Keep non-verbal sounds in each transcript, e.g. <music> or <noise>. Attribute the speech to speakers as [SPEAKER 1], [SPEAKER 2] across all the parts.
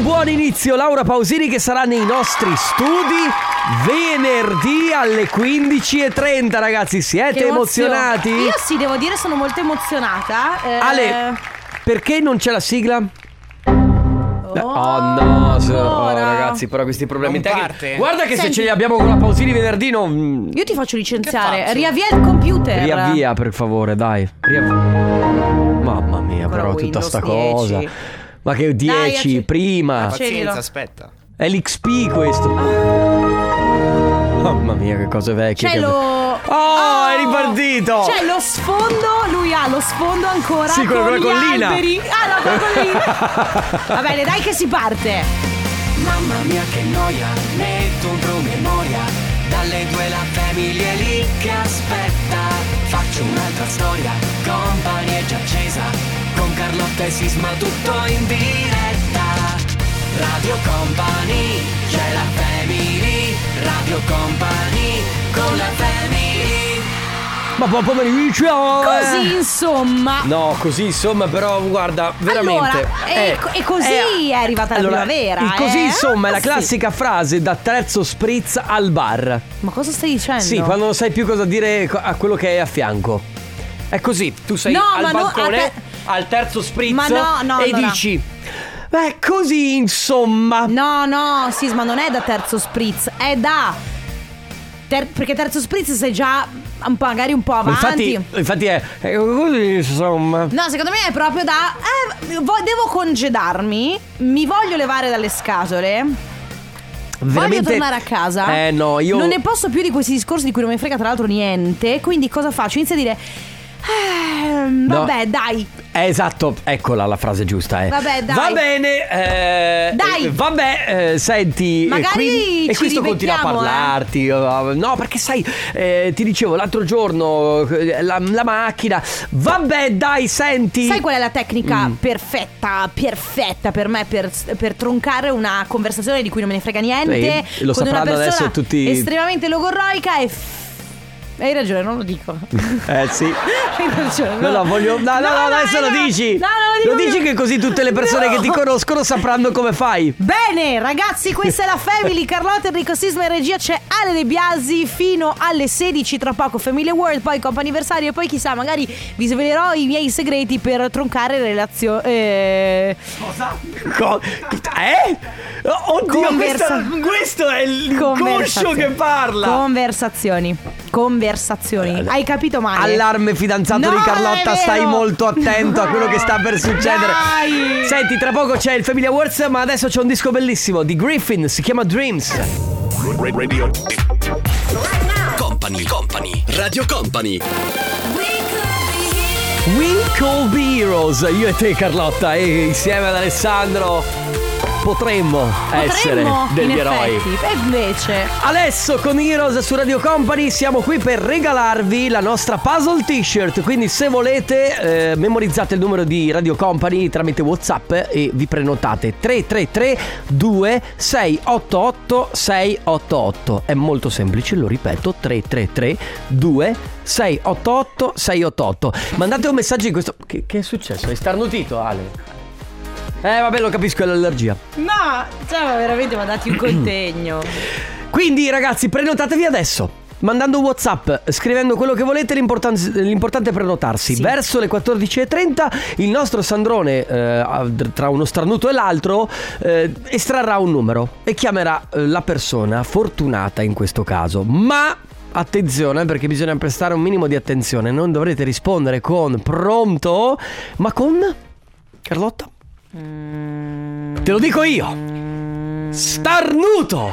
[SPEAKER 1] buon inizio Laura Pausini che sarà nei nostri studi venerdì alle 15.30 ragazzi. Siete
[SPEAKER 2] Che emozione.
[SPEAKER 1] emozionati?
[SPEAKER 2] Io sì, devo dire, sono molto emozionata. Eh,
[SPEAKER 1] Ale, perché non c'è la sigla?
[SPEAKER 2] oh,
[SPEAKER 1] Oh no, se- oh,
[SPEAKER 2] ancora.
[SPEAKER 1] ragazzi, però questi problemi
[SPEAKER 3] Non
[SPEAKER 1] tecnici-
[SPEAKER 3] parte?
[SPEAKER 1] Guarda che se
[SPEAKER 2] Senti.
[SPEAKER 1] ce li abbiamo con la Pausini venerdì non
[SPEAKER 2] Io ti faccio licenziare.
[SPEAKER 3] faccio?
[SPEAKER 2] Riavvia il computer.
[SPEAKER 1] Riavvia per favore, dai. Riavvia. Mamma mia,
[SPEAKER 2] Ancora
[SPEAKER 1] però tutta
[SPEAKER 2] Windows
[SPEAKER 1] sta
[SPEAKER 2] 10.
[SPEAKER 1] cosa. Ma che 10
[SPEAKER 2] acce-
[SPEAKER 1] prima.
[SPEAKER 2] Acce-
[SPEAKER 3] Pazienza,
[SPEAKER 2] Accendilo.
[SPEAKER 3] aspetta.
[SPEAKER 1] È l'XP questo. Mamma mia, che cose vecchie.
[SPEAKER 2] C'è
[SPEAKER 1] che-
[SPEAKER 2] Cioè, lo.
[SPEAKER 1] Oh, è ripartito.
[SPEAKER 2] C'è lo sfondo. Lui ha lo sfondo ancora.
[SPEAKER 1] Sì, quello
[SPEAKER 2] con
[SPEAKER 1] con la
[SPEAKER 2] gli
[SPEAKER 1] collina.
[SPEAKER 2] alberi. Ah, no, con la
[SPEAKER 1] <laughs>
[SPEAKER 2] collina. Va bene, dai, che si parte.
[SPEAKER 1] Eh.
[SPEAKER 4] Mamma mia che noia, metto un promemoria Dalle due la famiglia è lì che aspetta Faccio un'altra storia, company è già accesa Con Carlotta e Sisma tutto in diretta Radio Company, c'è la family Radio Company, con la family
[SPEAKER 1] Ma buon pomeriggio.
[SPEAKER 2] Così,
[SPEAKER 1] eh.
[SPEAKER 2] insomma.
[SPEAKER 1] No, così insomma, però guarda, veramente. Eh.
[SPEAKER 2] Allora, e co- e così è arrivata la
[SPEAKER 1] allora,
[SPEAKER 2] primavera,
[SPEAKER 1] il Così
[SPEAKER 2] eh?
[SPEAKER 1] insomma è la
[SPEAKER 2] Sì.
[SPEAKER 1] classica frase da terzo spritz al bar.
[SPEAKER 2] Ma cosa stai dicendo?
[SPEAKER 1] Sì, quando non sai più cosa dire co- a quello che è a fianco. È così, tu sei
[SPEAKER 2] No,
[SPEAKER 1] al
[SPEAKER 2] ma no,
[SPEAKER 1] balcone,
[SPEAKER 2] a te-
[SPEAKER 1] al terzo spritz
[SPEAKER 2] Ma no, no,
[SPEAKER 1] e
[SPEAKER 2] allora-
[SPEAKER 1] dici... Beh, così insomma...
[SPEAKER 2] No, no, Sisma non è da terzo spritz, è da. ter- perché terzo spritz sei già un po'- magari un po' avanti.
[SPEAKER 1] Infatti, infatti è, è così insomma...
[SPEAKER 2] No, secondo me è proprio da. eh, vo- devo congedarmi, mi voglio levare dalle scatole. Voglio
[SPEAKER 1] Veramente-
[SPEAKER 2] tornare a casa.
[SPEAKER 1] Eh no, io...
[SPEAKER 2] Non ne posso più di questi discorsi di cui non mi frega, tra l'altro, niente. Quindi cosa faccio? Inizio a dire. "Ehm,
[SPEAKER 1] No.
[SPEAKER 2] Vabbè, dai.
[SPEAKER 1] Eh, esatto, eccola la frase giusta. Eh.
[SPEAKER 2] Vabbè, dai.
[SPEAKER 1] Va bene. eh,
[SPEAKER 2] Dai.
[SPEAKER 1] eh, vabbè, eh, senti. eh,
[SPEAKER 2] Magari
[SPEAKER 1] quindi- e
[SPEAKER 2] ci
[SPEAKER 1] questo continua a
[SPEAKER 2] rivediamo,
[SPEAKER 1] parlarti. eh, No, perché sai, eh, ti dicevo l'altro giorno eh, la, la macchina. Vabbè, dai, senti.
[SPEAKER 2] Sai qual è la
[SPEAKER 1] Mm.
[SPEAKER 2] tecnica perfetta, perfetta per me per, per troncare una conversazione di cui non me ne frega niente?
[SPEAKER 1] Sì, lo
[SPEAKER 2] con una
[SPEAKER 1] sapranno
[SPEAKER 2] persona
[SPEAKER 1] adesso tutti-
[SPEAKER 2] Estremamente logorroica e. Hai ragione, non
[SPEAKER 1] <laughs>
[SPEAKER 2] lo dico.
[SPEAKER 1] Eh sì.
[SPEAKER 2] Hai ragione.
[SPEAKER 1] No, no, voglio. No, no, no, adesso
[SPEAKER 2] hai
[SPEAKER 1] lo
[SPEAKER 2] ragione.
[SPEAKER 1] dici.
[SPEAKER 2] No, no,
[SPEAKER 1] lo dici
[SPEAKER 2] io.
[SPEAKER 1] che così tutte le persone
[SPEAKER 2] No.
[SPEAKER 1] che ti conoscono sapranno come fai.
[SPEAKER 2] Bene, ragazzi, questa è la Family. Carlotta, Enrico Sisma in regia c'è Ale De Biasi fino alle 16. Tra poco Family World, poi Coppa Anniversario. E poi chissà, magari vi svelerò i miei segreti per troncare relazioni. Eh...
[SPEAKER 1] Co- eh? Oh, Oddio,
[SPEAKER 2] Conversa-
[SPEAKER 1] questo, questo è il
[SPEAKER 2] Conversazioni.
[SPEAKER 1] coscio che parla.
[SPEAKER 2] Conversazioni. Conversazioni.
[SPEAKER 1] Eh,
[SPEAKER 2] Hai capito male?
[SPEAKER 1] Allarme fidanzato
[SPEAKER 2] Ah, No,
[SPEAKER 1] di
[SPEAKER 2] non
[SPEAKER 1] Carlotta,
[SPEAKER 2] è
[SPEAKER 1] stai
[SPEAKER 2] vero.
[SPEAKER 1] molto attento a quello che sta per succedere.
[SPEAKER 2] Dai.
[SPEAKER 1] Senti, tra poco c'è il Family Awards, ma adesso c'è un disco bellissimo di Griffin, si chiama Dreams.
[SPEAKER 4] Company, company, Radio Company
[SPEAKER 1] We Call the Heroes, io e te Carlotta e insieme ad Alessandro potremmo, essere
[SPEAKER 2] Potremmo, in
[SPEAKER 1] degli eroi.
[SPEAKER 2] effetti. E invece.
[SPEAKER 1] Adesso con Heroes su Radio Company siamo qui per regalarvi la nostra puzzle t-shirt, quindi se volete eh, memorizzate il numero di Radio Company tramite Whatsapp e vi prenotate 333 2688 688. È molto semplice, lo ripeto, 333 2688 688. Mandate un messaggio di questo... Che, che è successo? Hai starnutito Ale? Eh vabbè lo capisco, è l'allergia.
[SPEAKER 2] No, cioè, ma veramente mi ha dato
[SPEAKER 1] <clears throat>
[SPEAKER 2] un contegno.
[SPEAKER 1] Quindi ragazzi, prenotatevi adesso. Mandando un WhatsApp, scrivendo quello che volete, l'importan- l'importante è prenotarsi.
[SPEAKER 2] Sì.
[SPEAKER 1] Verso le 14.30 il nostro Sandrone, eh, tra uno starnuto e l'altro, eh, estrarrà un numero e chiamerà eh, la persona fortunata in questo caso. Ma attenzione perché bisogna prestare un minimo di attenzione. Non dovrete rispondere con pronto, ma con Carlotta. Te lo dico io. Starnuto!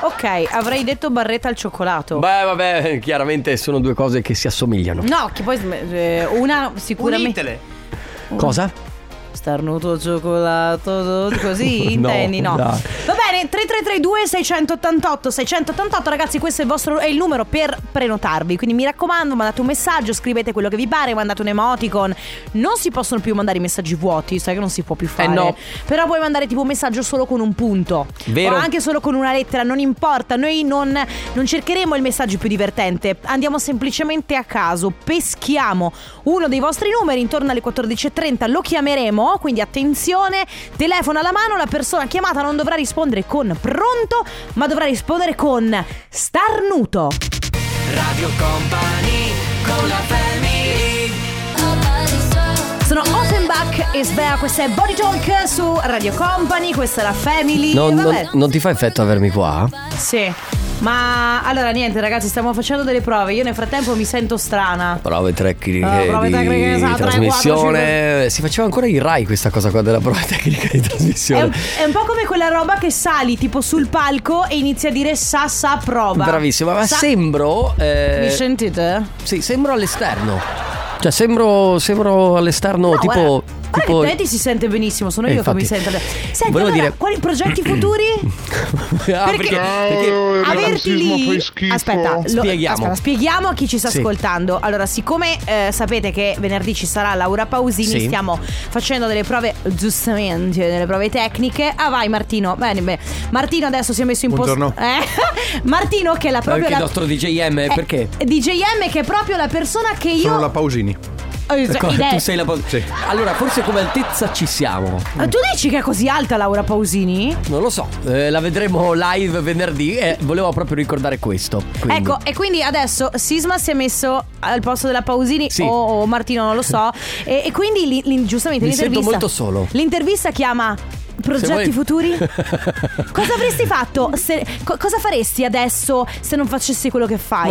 [SPEAKER 2] ok, avrei detto barretta al cioccolato.
[SPEAKER 1] Beh, vabbè, eh, chiaramente sono due cose che si assomigliano.
[SPEAKER 2] no, che poi eh, una sicuramente
[SPEAKER 3] Unitele.
[SPEAKER 1] Cosa?
[SPEAKER 2] Mm.
[SPEAKER 1] <laughs>
[SPEAKER 2] starnuto cioccolato così intendi no.
[SPEAKER 1] dai.
[SPEAKER 2] Vabbè, Bene, 3332 688 688 ragazzi questo è il, vostro, è il numero per prenotarvi Quindi mi raccomando mandate un messaggio, scrivete quello che vi pare, mandate un emoticon Non si possono più mandare i messaggi vuoti, sai che non si può più fare
[SPEAKER 1] no.
[SPEAKER 2] Però puoi mandare tipo un messaggio solo con un punto
[SPEAKER 1] Vero.
[SPEAKER 2] O anche solo con una lettera, non importa Noi non, non cercheremo il messaggio più divertente Andiamo semplicemente a caso, peschiamo uno dei vostri numeri intorno alle 14.30 Lo chiameremo, quindi attenzione, telefono alla mano La persona chiamata non dovrà rispondere con pronto Ma dovrà rispondere con starnuto
[SPEAKER 4] Radio Company con la family
[SPEAKER 2] Sono Offenbach e Svea, questa è Body Talk su Radio Company Questa è la Family
[SPEAKER 1] Non,
[SPEAKER 2] Vabbè.
[SPEAKER 1] non- non ti fa effetto avermi qua?
[SPEAKER 2] Sì. Ma allora niente ragazzi, stiamo facendo delle prove. Io nel frattempo mi sento strana.
[SPEAKER 1] Prove tecniche
[SPEAKER 2] Ah, prove
[SPEAKER 1] di
[SPEAKER 2] tecniche, esatto, tre,
[SPEAKER 1] trasmissione. Eh,
[SPEAKER 2] quattro,
[SPEAKER 1] si faceva ancora in Rai questa cosa qua della prova tecnica di
[SPEAKER 2] È
[SPEAKER 1] trasmissione.
[SPEAKER 2] un, è un po' come quella roba che sali tipo sul palco e inizi a dire sa sa prova.
[SPEAKER 1] Bravissimo, ma
[SPEAKER 2] Sa-
[SPEAKER 1] sembro. eh,
[SPEAKER 2] Mi sentite?
[SPEAKER 1] sì, sembro all'esterno. Cioè, sembro, sembro all'esterno
[SPEAKER 2] No,
[SPEAKER 1] tipo.
[SPEAKER 2] guarda, guarda
[SPEAKER 1] tipo...
[SPEAKER 2] che te ti si sente benissimo, sono
[SPEAKER 1] Eh,
[SPEAKER 2] io
[SPEAKER 1] infatti.
[SPEAKER 2] che mi sento. Senti,
[SPEAKER 1] Volevo
[SPEAKER 2] allora,
[SPEAKER 1] dire-
[SPEAKER 2] quali progetti
[SPEAKER 1] <clears throat>
[SPEAKER 2] futuri?
[SPEAKER 1] <laughs> Ah, perché-
[SPEAKER 2] Perché-
[SPEAKER 1] perché-
[SPEAKER 2] averti lì aspetta lo-
[SPEAKER 1] Spieghiamo.
[SPEAKER 2] aspetta, spieghiamo a chi ci sta
[SPEAKER 1] Sì.
[SPEAKER 2] ascoltando allora siccome eh, sapete che venerdì ci sarà Laura Pausini
[SPEAKER 1] Sì.
[SPEAKER 2] stiamo facendo delle prove giustamente delle prove tecniche ah vai Martino bene bene Martino adesso si è messo in posto
[SPEAKER 3] Buongiorno.
[SPEAKER 2] eh? <laughs> Martino che è la proprio
[SPEAKER 1] Anche il
[SPEAKER 2] la
[SPEAKER 1] nostro DJM,
[SPEAKER 2] eh,
[SPEAKER 1] perché?
[SPEAKER 2] DJM che è proprio la persona che io
[SPEAKER 3] Sono la Pausini.
[SPEAKER 2] Eh, cioè,
[SPEAKER 1] Co-
[SPEAKER 2] idea-
[SPEAKER 1] Ecco, Tu sei la po-
[SPEAKER 3] Sì.
[SPEAKER 1] Allora, forse come altezza ci siamo.
[SPEAKER 2] Ma Eh, tu dici che è così alta Laura Pausini?
[SPEAKER 1] Non lo so. eh, la vedremo live venerdì e volevo proprio ricordare questo. quindi.
[SPEAKER 2] Ecco, e quindi adesso Sisma si è messo al posto della Pausini
[SPEAKER 1] Sì.
[SPEAKER 2] o, o Martino, non
[SPEAKER 1] <laughs>
[SPEAKER 2] lo so. e, e quindi lì- lì- giustamente
[SPEAKER 1] Mi sento
[SPEAKER 2] l'intervista.
[SPEAKER 1] molto solo.
[SPEAKER 2] L'intervista chiama. Progetti
[SPEAKER 1] vuoi-
[SPEAKER 2] futuri?
[SPEAKER 1] <laughs>
[SPEAKER 2] cosa avresti fatto? se- co- cosa faresti adesso se non facessi quello che
[SPEAKER 1] <laughs>
[SPEAKER 2] fai?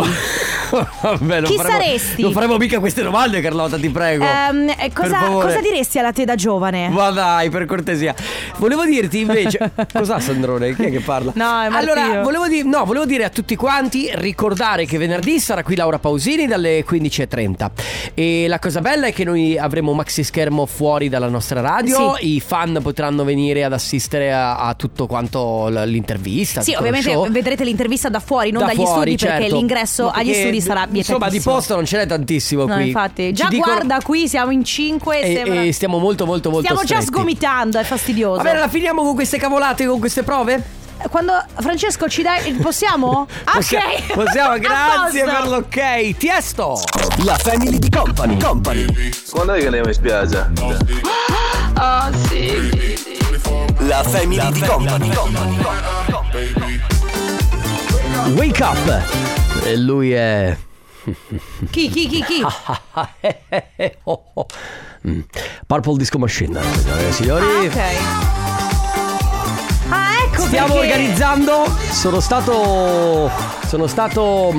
[SPEAKER 1] Vabbè, non
[SPEAKER 2] Chi
[SPEAKER 1] faremo-
[SPEAKER 2] saresti?
[SPEAKER 1] Non faremo mica queste domande, Carlotta, ti prego.
[SPEAKER 2] Ehm, eh,
[SPEAKER 1] Per
[SPEAKER 2] cosa,
[SPEAKER 1] favore.
[SPEAKER 2] cosa diresti alla te da giovane?
[SPEAKER 1] Ma dai, per cortesia. Volevo dirti
[SPEAKER 2] <laughs>
[SPEAKER 1] invece. Cos'ha Sandrone? Chi è che parla?
[SPEAKER 2] No, è Martino.
[SPEAKER 1] Allora, volevo, di- no, volevo dire a tutti quanti: ricordare che venerdì sarà qui Laura Pausini dalle 15.30. E la cosa bella è che noi avremo un maxi schermo fuori dalla nostra radio. I fan potranno venire ad assistere a, a tutto quanto l- l'intervista.
[SPEAKER 2] Sì,
[SPEAKER 1] tutto lo
[SPEAKER 2] ovviamente
[SPEAKER 1] show.
[SPEAKER 2] vedrete l'intervista da fuori, non
[SPEAKER 1] Da
[SPEAKER 2] dagli
[SPEAKER 1] fuori,
[SPEAKER 2] studi, perché
[SPEAKER 1] certo.
[SPEAKER 2] l'ingresso
[SPEAKER 1] No,
[SPEAKER 2] agli
[SPEAKER 1] perché,
[SPEAKER 2] studi sarà vietatissimo.
[SPEAKER 1] Insomma, di posto non ce n'è tantissimo
[SPEAKER 2] No,
[SPEAKER 1] qui.
[SPEAKER 2] infatti,
[SPEAKER 1] Ci
[SPEAKER 2] già
[SPEAKER 1] dicono-
[SPEAKER 2] guarda qui, siamo in 5
[SPEAKER 1] e, e stiamo molto, molto, molto
[SPEAKER 2] Stiamo già
[SPEAKER 1] stretti.
[SPEAKER 2] sgomitando, è fastidioso.
[SPEAKER 1] Va bene, la finiamo con queste cavolate, con queste prove?
[SPEAKER 2] Quando Francesco ci dai
[SPEAKER 1] <laughs>
[SPEAKER 2] possiamo? Ah,
[SPEAKER 1] Possi-
[SPEAKER 2] ok.
[SPEAKER 1] Possiamo,
[SPEAKER 2] <laughs> A
[SPEAKER 1] grazie
[SPEAKER 2] posto.
[SPEAKER 1] per l'ok. Tiesto. La family di Company. Company.
[SPEAKER 5] Quando è che andiamo in spiaggia?
[SPEAKER 6] Oh sì.
[SPEAKER 5] La family di company.
[SPEAKER 1] Wake up. E lui è. <laughs>
[SPEAKER 2] Chi chi chi
[SPEAKER 1] Ah,
[SPEAKER 2] chi?
[SPEAKER 1] Oh, oh. Mm. Purple Disco Machine, signore e signori.
[SPEAKER 2] Ah, ok. Ah, ecco
[SPEAKER 1] Stiamo
[SPEAKER 2] perché-
[SPEAKER 1] organizzando. Sono stato. Sono stato.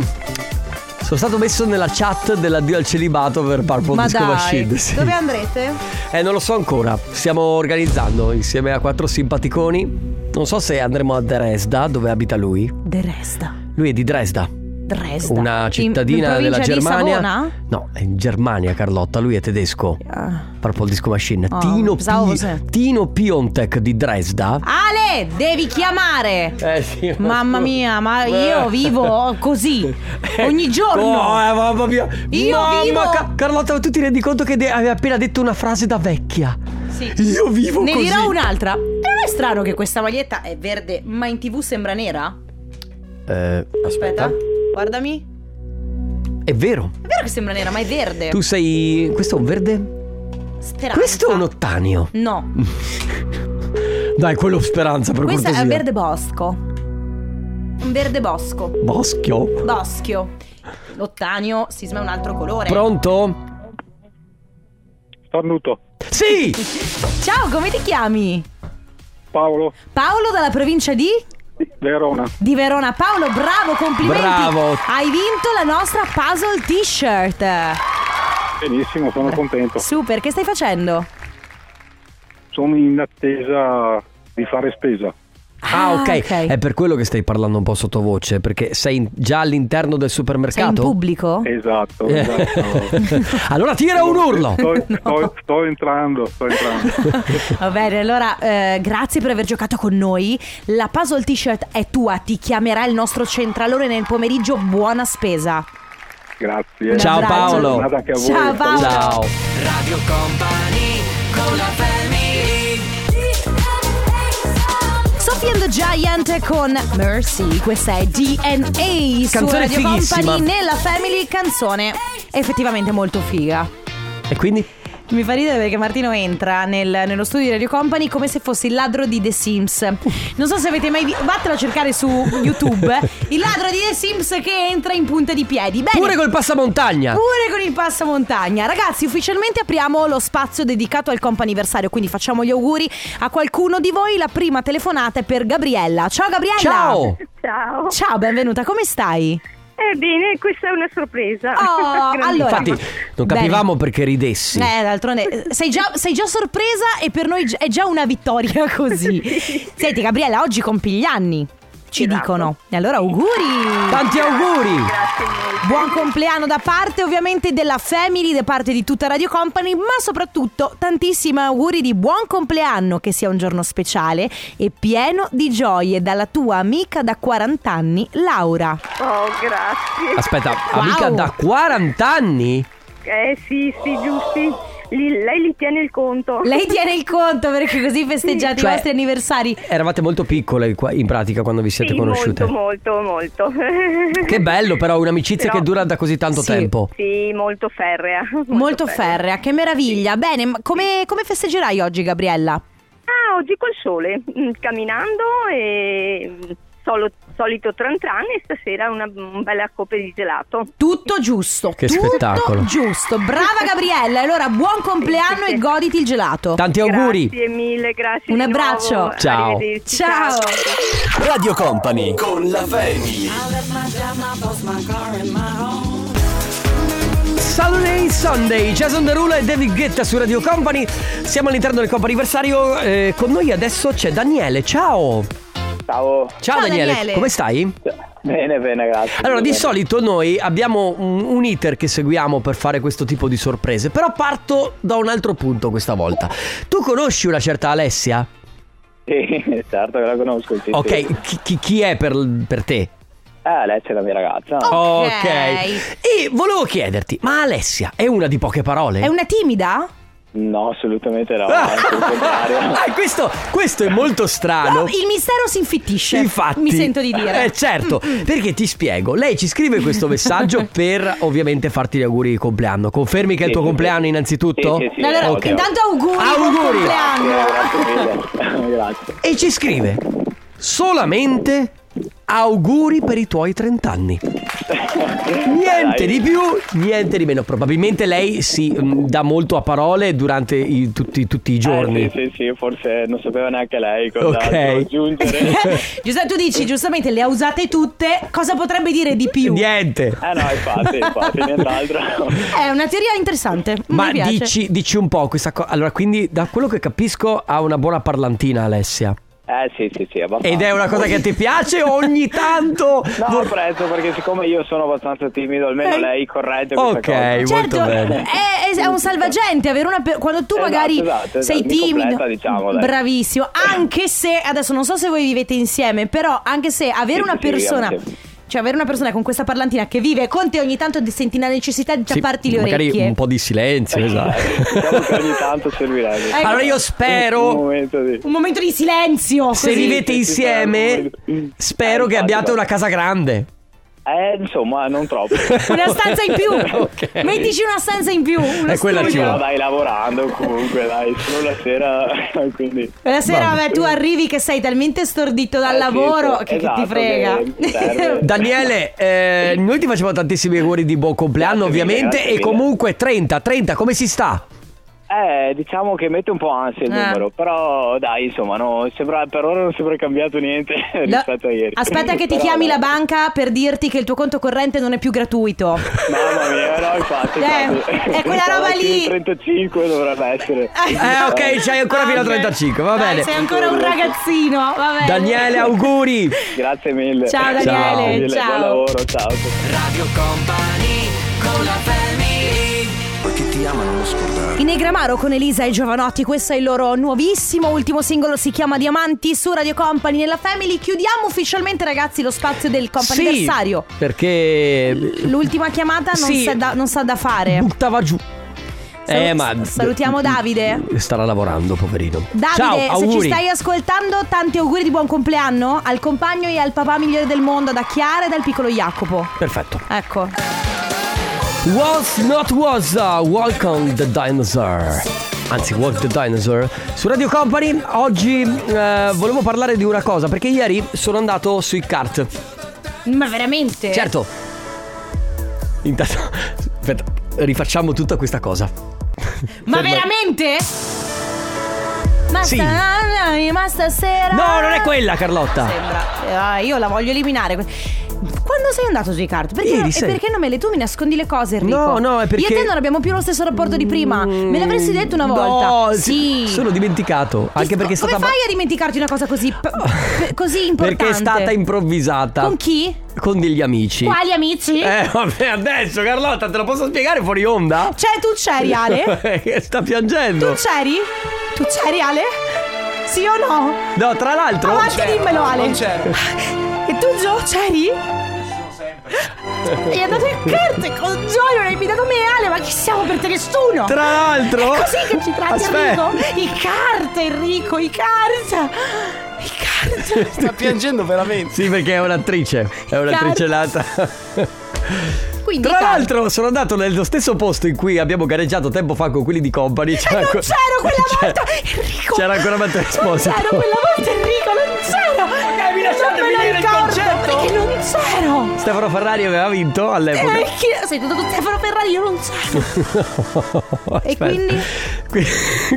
[SPEAKER 1] Sono stato messo nella chat dell'addio al celibato per Purple
[SPEAKER 2] Ma
[SPEAKER 1] Disco
[SPEAKER 2] dai,
[SPEAKER 1] Machine. sì.
[SPEAKER 2] dove andrete?
[SPEAKER 1] Eh, non lo so ancora. Stiamo organizzando insieme a quattro simpaticoni. Non so se andremo a Dresda, dove abita lui.
[SPEAKER 2] Dresda.
[SPEAKER 1] Lui è di Dresda,
[SPEAKER 2] Dresda.
[SPEAKER 1] una
[SPEAKER 2] In-
[SPEAKER 1] cittadina
[SPEAKER 2] in
[SPEAKER 1] della
[SPEAKER 2] provincia Di
[SPEAKER 1] Germania.
[SPEAKER 2] Savona?
[SPEAKER 1] no, è in Germania, Carlotta. Lui è tedesco.
[SPEAKER 2] Ah.
[SPEAKER 1] Purple Disco Machine.
[SPEAKER 2] Oh,
[SPEAKER 1] Tino,
[SPEAKER 2] pensavo
[SPEAKER 1] Pi-
[SPEAKER 2] fosse-
[SPEAKER 1] Tino Piontek di Dresda.
[SPEAKER 2] Ale, devi chiamare.
[SPEAKER 1] Eh sì. Eh.
[SPEAKER 2] Mamma mia, ma io vivo
[SPEAKER 1] <laughs>
[SPEAKER 2] così ogni
[SPEAKER 1] No,
[SPEAKER 2] giorno.
[SPEAKER 1] eh, mamma mia.
[SPEAKER 2] Io
[SPEAKER 1] mamma
[SPEAKER 2] vivo-
[SPEAKER 1] Ca- Carlotta, tu ti rendi conto che de- avevi appena detto una frase da vecchia.
[SPEAKER 2] Sì.
[SPEAKER 1] Io vivo
[SPEAKER 2] Ne
[SPEAKER 1] così.
[SPEAKER 2] dirò un'altra. Non è strano che questa maglietta è verde, ma in TV sembra nera?
[SPEAKER 1] Eh, aspetta.
[SPEAKER 2] Aspetta, guardami.
[SPEAKER 1] È vero.
[SPEAKER 2] È vero che sembra nera, ma è verde.
[SPEAKER 1] Tu sei. Questo è un verde?
[SPEAKER 2] Speranza.
[SPEAKER 1] Questo è un ottanio. <laughs>
[SPEAKER 2] No,
[SPEAKER 1] Dai, quello speranza, per
[SPEAKER 2] questo è
[SPEAKER 1] cortesia.
[SPEAKER 2] un verde bosco. Un verde bosco.
[SPEAKER 1] Boschio.
[SPEAKER 2] Boschio. L'ottanio, sisma è un altro colore.
[SPEAKER 1] Pronto?
[SPEAKER 7] Starnuto.
[SPEAKER 2] <laughs>
[SPEAKER 1] Sì!
[SPEAKER 2] Ciao, come ti chiami?
[SPEAKER 7] Paolo,
[SPEAKER 2] Paolo dalla provincia di?
[SPEAKER 7] Verona.
[SPEAKER 2] Di Verona. Paolo, bravo, complimenti.
[SPEAKER 1] Bravo.
[SPEAKER 2] Hai vinto la nostra puzzle t-shirt.
[SPEAKER 7] Benissimo, sono contento.
[SPEAKER 2] Super, che stai facendo?
[SPEAKER 7] Sono in attesa di fare spesa.
[SPEAKER 1] Ah, ok.
[SPEAKER 2] Ah, ok.
[SPEAKER 1] È per quello che stai parlando un po' sottovoce, perché sei in- già all'interno del
[SPEAKER 2] Sei in
[SPEAKER 1] supermercato.
[SPEAKER 2] pubblico?
[SPEAKER 7] Esatto,
[SPEAKER 1] Eh. <laughs>
[SPEAKER 7] esatto.
[SPEAKER 1] allora tira un urlo.
[SPEAKER 7] Sto,
[SPEAKER 1] <laughs>
[SPEAKER 7] sto- sto entrando, sto entrando.
[SPEAKER 2] <laughs> Va bene, allora eh, grazie per aver giocato con noi. La puzzle t-shirt è tua, ti chiamerà il nostro centralone nel pomeriggio. Buona spesa.
[SPEAKER 7] Grazie.
[SPEAKER 1] Ciao
[SPEAKER 2] abbraccio.
[SPEAKER 1] Paolo.
[SPEAKER 7] Buona giornata anche a voi.
[SPEAKER 2] Ciao
[SPEAKER 7] Saluti.
[SPEAKER 2] Paolo.
[SPEAKER 1] Ciao.
[SPEAKER 4] Radio Company con la family
[SPEAKER 2] Sophie and the Giant con Mercy, questa è DNA su
[SPEAKER 1] Canzone
[SPEAKER 2] Radio
[SPEAKER 1] fighissima.
[SPEAKER 2] Company nella Family, canzone effettivamente molto figa.
[SPEAKER 1] E quindi?
[SPEAKER 2] Mi fa ridere perché Martino entra nel- nello studio di Radio Company come se fosse il ladro di The Sims. Non so se avete mai visto, vattelo a cercare su YouTube, <laughs> il ladro di The Sims che entra in punta di piedi. Bene.
[SPEAKER 1] Pure col passamontagna.
[SPEAKER 2] Pure con il passamontagna. Ragazzi, ufficialmente apriamo lo spazio dedicato al comp'anniversario, quindi facciamo gli auguri a qualcuno di voi. La prima telefonata è per Gabriella. Ciao Gabriella!
[SPEAKER 1] Ciao.
[SPEAKER 3] Ciao.
[SPEAKER 2] Ciao, benvenuta, come stai?
[SPEAKER 3] Ebbene, Eh, questa è una sorpresa. <laughs>
[SPEAKER 2] Oh,
[SPEAKER 3] Grandissima.
[SPEAKER 2] allora-
[SPEAKER 1] Infatti non capivamo perché ridessi.
[SPEAKER 2] Eh, d'altronde eh, sei già, sei già sorpresa e per noi gi- è già una vittoria <laughs> così.
[SPEAKER 3] <laughs>
[SPEAKER 2] Senti, Gabriella, oggi compi gli anni, ci
[SPEAKER 3] Esatto.
[SPEAKER 2] dicono. E allora auguri!
[SPEAKER 1] Tanti auguri.
[SPEAKER 3] Grazie mille.
[SPEAKER 2] Buon compleanno da parte ovviamente della Family, da parte di tutta Radio Company, ma soprattutto tantissimi auguri di buon compleanno, che sia un giorno speciale e pieno di gioie dalla tua amica da 40 anni, Laura.
[SPEAKER 3] Oh, grazie.
[SPEAKER 1] Aspetta,
[SPEAKER 2] Wow.
[SPEAKER 1] amica da 40 anni?
[SPEAKER 3] Eh sì, sì, giusti. Li- lei li tiene il conto.
[SPEAKER 2] Lei tiene il conto perché così festeggiate
[SPEAKER 1] Cioè-
[SPEAKER 2] i vostri anniversari.
[SPEAKER 1] Eravate molto piccole qua- in pratica quando vi siete
[SPEAKER 3] sì,
[SPEAKER 1] conosciute.
[SPEAKER 3] molto, molto, molto.
[SPEAKER 1] Che bello però un'amicizia
[SPEAKER 3] Però-
[SPEAKER 1] che dura da così tanto
[SPEAKER 2] Sì.
[SPEAKER 1] tempo.
[SPEAKER 3] Sì, molto ferrea. <laughs>
[SPEAKER 2] Molto
[SPEAKER 3] ferrea.
[SPEAKER 2] ferrea, che meraviglia. Bene, ma come, come festeggerai oggi, Gabriella?
[SPEAKER 3] Ah, oggi col sole, mm, camminando e mm, solo- solito tran tran e stasera una un bella coppa di gelato.
[SPEAKER 2] Tutto giusto.
[SPEAKER 1] Che
[SPEAKER 2] tutto
[SPEAKER 1] spettacolo.
[SPEAKER 2] giusto. Brava Gabriella. Allora, buon compleanno e goditi il gelato.
[SPEAKER 1] Tanti auguri.
[SPEAKER 3] Grazie mille, grazie.
[SPEAKER 2] Un
[SPEAKER 3] di nuovo.
[SPEAKER 2] abbraccio.
[SPEAKER 1] Ciao.
[SPEAKER 3] Arrivederci,
[SPEAKER 2] Ciao.
[SPEAKER 8] Radio Company
[SPEAKER 5] Con la family.
[SPEAKER 1] Saturday Sunday, Jason Derulo e David Guetta su Radio Company. Siamo all'interno del comp'anniversario. eh, con noi adesso c'è Daniele. Ciao. Ciao,
[SPEAKER 9] Ciao.
[SPEAKER 2] Ciao,
[SPEAKER 1] Daniele.
[SPEAKER 2] Daniele.
[SPEAKER 1] come stai?
[SPEAKER 9] Bene, bene, grazie.
[SPEAKER 1] Allora, di
[SPEAKER 9] Bene.
[SPEAKER 1] solito noi abbiamo un, un iter che seguiamo per fare questo tipo di sorprese, però parto da un altro punto questa volta. Tu conosci una certa Alessia?
[SPEAKER 9] Sì, <laughs> certo che la conosco. sì, sì.
[SPEAKER 1] Ok, chi, chi- chi è per, per te?
[SPEAKER 9] Ah, lei c'è la mia ragazza.
[SPEAKER 2] Ok.
[SPEAKER 1] E volevo chiederti, ma Alessia è una di poche parole?
[SPEAKER 2] È una timida?
[SPEAKER 9] No, assolutamente no. anzi, il contrario.
[SPEAKER 5] <laughs>
[SPEAKER 1] <laughs> Ah, questo, questo è molto strano.
[SPEAKER 2] No, il mistero si infittisce.
[SPEAKER 1] Ah, Infatti,
[SPEAKER 2] Mi sento di dire.
[SPEAKER 1] Eh, certo, perché ti spiego. Lei ci scrive questo
[SPEAKER 2] <laughs>
[SPEAKER 1] messaggio per ovviamente farti gli auguri di compleanno. Confermi che è il
[SPEAKER 9] Sì,
[SPEAKER 1] tuo
[SPEAKER 9] sì,
[SPEAKER 1] compleanno,
[SPEAKER 9] sì.
[SPEAKER 1] innanzitutto?
[SPEAKER 9] Sì, sì, sì,
[SPEAKER 2] allora,
[SPEAKER 9] ovvio.
[SPEAKER 2] intanto auguri. Buon
[SPEAKER 1] Auguri.
[SPEAKER 2] compleanno. <laughs>
[SPEAKER 9] Sì, grazie mille. <laughs> grazie.
[SPEAKER 1] E ci scrive solamente auguri per i tuoi 30
[SPEAKER 9] <laughs>
[SPEAKER 1] anni. Niente
[SPEAKER 9] Dai.
[SPEAKER 1] di più, niente di meno. Probabilmente lei si mh, dà molto a parole durante i- tutti, tutti i giorni.
[SPEAKER 9] Eh, sì, sì, sì, forse non sapeva neanche lei cosa
[SPEAKER 1] Ok. <laughs>
[SPEAKER 9] altro aggiungere.
[SPEAKER 2] Giuseppe, tu dici giustamente le ha usate tutte. Cosa potrebbe dire di più?
[SPEAKER 1] Niente.
[SPEAKER 9] eh no, infatti,
[SPEAKER 1] <laughs>
[SPEAKER 9] infatti, nient'altro.
[SPEAKER 2] È una teoria interessante.
[SPEAKER 1] Ma
[SPEAKER 2] Mi piace.
[SPEAKER 1] dici, dici un po' questa cosa. Allora, quindi, da quello che capisco, ha una buona parlantina, Alessia.
[SPEAKER 9] Eh sì, sì, sì, abbastanza.
[SPEAKER 1] Ed è una cosa che ti piace ogni tanto.
[SPEAKER 9] No,
[SPEAKER 1] Vor-
[SPEAKER 9] apprezzo perché siccome io sono abbastanza timido,
[SPEAKER 2] Eh.
[SPEAKER 9] almeno lei corregge questa
[SPEAKER 1] Ok.
[SPEAKER 9] cosa.
[SPEAKER 2] Certo,
[SPEAKER 1] molto bene.
[SPEAKER 2] è, è- è un salvagente avere una pe- quando tu
[SPEAKER 9] Esatto,
[SPEAKER 2] magari
[SPEAKER 9] esatto, esatto,
[SPEAKER 2] sei
[SPEAKER 9] mi
[SPEAKER 2] timido.
[SPEAKER 9] completa, diciamo, dai.
[SPEAKER 2] bravissimo. Anche se adesso non so se voi vivete insieme, però anche se avere
[SPEAKER 9] Sì,
[SPEAKER 2] una
[SPEAKER 9] sì, sì,
[SPEAKER 2] persona
[SPEAKER 9] viviamo insieme.
[SPEAKER 2] cioè avere una persona con questa parlantina che vive con te ogni tanto di- senti la necessità di
[SPEAKER 1] Sì,
[SPEAKER 2] tapparti le
[SPEAKER 1] magari
[SPEAKER 2] orecchie.
[SPEAKER 1] un po' di silenzio,
[SPEAKER 9] Cioè, Diciamo che
[SPEAKER 1] esatto.
[SPEAKER 9] ogni tanto servirebbe.
[SPEAKER 2] Ecco.
[SPEAKER 1] Allora io
[SPEAKER 9] Un
[SPEAKER 1] spero
[SPEAKER 9] momento di...
[SPEAKER 2] Un momento di silenzio.
[SPEAKER 1] se
[SPEAKER 2] così.
[SPEAKER 1] vivete
[SPEAKER 9] sì, sì,
[SPEAKER 1] insieme
[SPEAKER 9] sì.
[SPEAKER 1] spero
[SPEAKER 9] Eh,
[SPEAKER 1] che
[SPEAKER 9] infatti,
[SPEAKER 1] abbiate
[SPEAKER 9] guarda.
[SPEAKER 1] una casa grande.
[SPEAKER 9] Eh, insomma,
[SPEAKER 2] <laughs>
[SPEAKER 9] non troppo.
[SPEAKER 2] Una stanza in più.
[SPEAKER 1] <laughs> Ok.
[SPEAKER 2] Mettici una stanza in più. uno
[SPEAKER 1] Eh, quella ci
[SPEAKER 2] studio.
[SPEAKER 1] vuole.
[SPEAKER 9] No, dai, lavorando comunque, dai, solo la sera, <laughs> quindi...
[SPEAKER 2] La sera,
[SPEAKER 1] Vabbè.
[SPEAKER 2] vabbè, tu arrivi che sei talmente stordito dal
[SPEAKER 9] Eh, sì,
[SPEAKER 2] lavoro
[SPEAKER 9] sì,
[SPEAKER 2] che, che
[SPEAKER 9] esatto,
[SPEAKER 2] ti frega. <laughs>
[SPEAKER 9] che serve.
[SPEAKER 1] Daniele, eh, noi ti facciamo tantissimi auguri di buon compleanno
[SPEAKER 9] Grazie mille,
[SPEAKER 1] ovviamente
[SPEAKER 9] grazie
[SPEAKER 1] e
[SPEAKER 9] mille.
[SPEAKER 1] comunque 30, 30, come si sta?
[SPEAKER 9] Eh, diciamo che mette un po' ansia il
[SPEAKER 2] Eh.
[SPEAKER 9] numero, però dai, insomma, no, sembra- per ora non sembra cambiato niente <laughs> rispetto a ieri.
[SPEAKER 2] Aspetta che ti
[SPEAKER 9] Però,
[SPEAKER 2] chiami la
[SPEAKER 9] dai.
[SPEAKER 2] banca per dirti che il tuo conto corrente non è più gratuito.
[SPEAKER 9] Mamma mia, no, infatti,
[SPEAKER 2] Eh,
[SPEAKER 9] infatti.
[SPEAKER 2] è quella
[SPEAKER 9] Pensavo
[SPEAKER 2] roba
[SPEAKER 9] che
[SPEAKER 2] lì.
[SPEAKER 9] il 35 dovrebbe essere.
[SPEAKER 1] Eh, ok, c'hai ancora
[SPEAKER 2] <laughs>
[SPEAKER 1] fino a 35, va
[SPEAKER 2] Ah, Dai,
[SPEAKER 1] bene.
[SPEAKER 2] sei ancora un ragazzino, va bene.
[SPEAKER 1] Daniele, auguri.
[SPEAKER 9] Grazie mille.
[SPEAKER 2] Ciao, Daniele,
[SPEAKER 9] Grazie mille,
[SPEAKER 2] ciao.
[SPEAKER 9] Buon lavoro, ciao.
[SPEAKER 5] Perché ti amano non scordare.
[SPEAKER 2] In Negramaro con Elisa e Giovanotti, questo è il loro nuovissimo ultimo singolo, si chiama Diamanti su Radio Company nella Family. Chiudiamo ufficialmente ragazzi lo spazio del company anniversario.
[SPEAKER 1] Sì, perché
[SPEAKER 2] L'ultima chiamata non,
[SPEAKER 1] Sì. Eh,
[SPEAKER 2] sa da, non sa da fare.
[SPEAKER 1] buttava giù.
[SPEAKER 2] Salu- salutiamo Davide.
[SPEAKER 1] Starà lavorando, poverino. Ciao,
[SPEAKER 2] Davide, se
[SPEAKER 1] auguri.
[SPEAKER 2] ci stai ascoltando, tanti auguri di buon compleanno al compagno e al papà migliore del mondo, da Chiara e dal piccolo Jacopo.
[SPEAKER 1] Perfetto.
[SPEAKER 2] Ecco.
[SPEAKER 1] Was not was uh, Welcome the Dinosaur Anzi, Walk the Dinosaur Su Radio Company oggi eh, volevo parlare di una cosa Perché ieri sono andato sui kart
[SPEAKER 2] Eh. Ma veramente?
[SPEAKER 1] Certo Intanto, aspetta, rifacciamo tutta questa cosa
[SPEAKER 2] Ma
[SPEAKER 1] Ferma-
[SPEAKER 2] veramente? Ma,
[SPEAKER 1] Sì.
[SPEAKER 2] sta- ma stasera.
[SPEAKER 1] No, non è quella Carlotta
[SPEAKER 2] Sembra. Eh, io la voglio eliminare. Quando sei andato sui kart? Perché,
[SPEAKER 1] Ieri
[SPEAKER 2] e
[SPEAKER 1] sera.
[SPEAKER 2] perché non me le tu mi nascondi le cose, Enrico?
[SPEAKER 1] No, no, è perché- Mm.
[SPEAKER 2] Io e te non abbiamo più lo stesso rapporto di prima. Me l'avresti detto una volta.
[SPEAKER 1] No,
[SPEAKER 2] sì.
[SPEAKER 1] sono dimenticato Anche perché è stata Oh.
[SPEAKER 2] Come fai a dimenticarti una cosa così, p- p- così importante?
[SPEAKER 1] Perché è stata improvvisata
[SPEAKER 2] Con chi?
[SPEAKER 1] Con degli amici
[SPEAKER 2] Quali amici?
[SPEAKER 1] Eh vabbè adesso Carlotta te lo posso spiegare fuori onda?
[SPEAKER 2] Cioè, tu
[SPEAKER 1] <laughs>
[SPEAKER 2] c'eri, Ale?
[SPEAKER 1] Che sta
[SPEAKER 2] Cioè. tu
[SPEAKER 1] piangendo.
[SPEAKER 2] c'eri? Tu c'eri, Ale? Sì o no?
[SPEAKER 1] No, tra l'altro.
[SPEAKER 2] Avanti, dimmelo, Ale. E tu, Gio, c'eri? E andato in carte con Gio, non hai invitato me, Ale, ma chi siamo per te nessuno?
[SPEAKER 1] Tra l'altro.
[SPEAKER 2] È così che ci tratti,
[SPEAKER 1] Aspetta.
[SPEAKER 2] Enrico? I carte, Enrico, i carte. I
[SPEAKER 1] <laughs>
[SPEAKER 2] carte.
[SPEAKER 10] Sta piangendo veramente.
[SPEAKER 1] Sì, perché è un'attrice. È un'attrice nata.
[SPEAKER 2] Quindi,
[SPEAKER 1] Tra
[SPEAKER 2] carte.
[SPEAKER 1] l'altro, sono andato nello stesso posto in cui abbiamo gareggiato tempo fa con quelli di Company.
[SPEAKER 2] Eh, non
[SPEAKER 1] co-
[SPEAKER 2] c'ero quella
[SPEAKER 1] Ecco. c'era-
[SPEAKER 2] volta, Enrico.
[SPEAKER 1] C'era ancora Matteo Esposito.
[SPEAKER 2] Non c'ero quella volta Enrico, non c'ero! Ok, mi lasciate
[SPEAKER 1] finire il concetto.
[SPEAKER 2] Perché non c'ero!
[SPEAKER 1] Stefano Ferrari aveva vinto all'epoca.
[SPEAKER 2] Eh, chi- Sei tutto con Stefano Ferrari, io non c'ero!
[SPEAKER 1] <laughs>
[SPEAKER 2] E
[SPEAKER 1] Aspetta.
[SPEAKER 2] quindi?
[SPEAKER 1] Qui-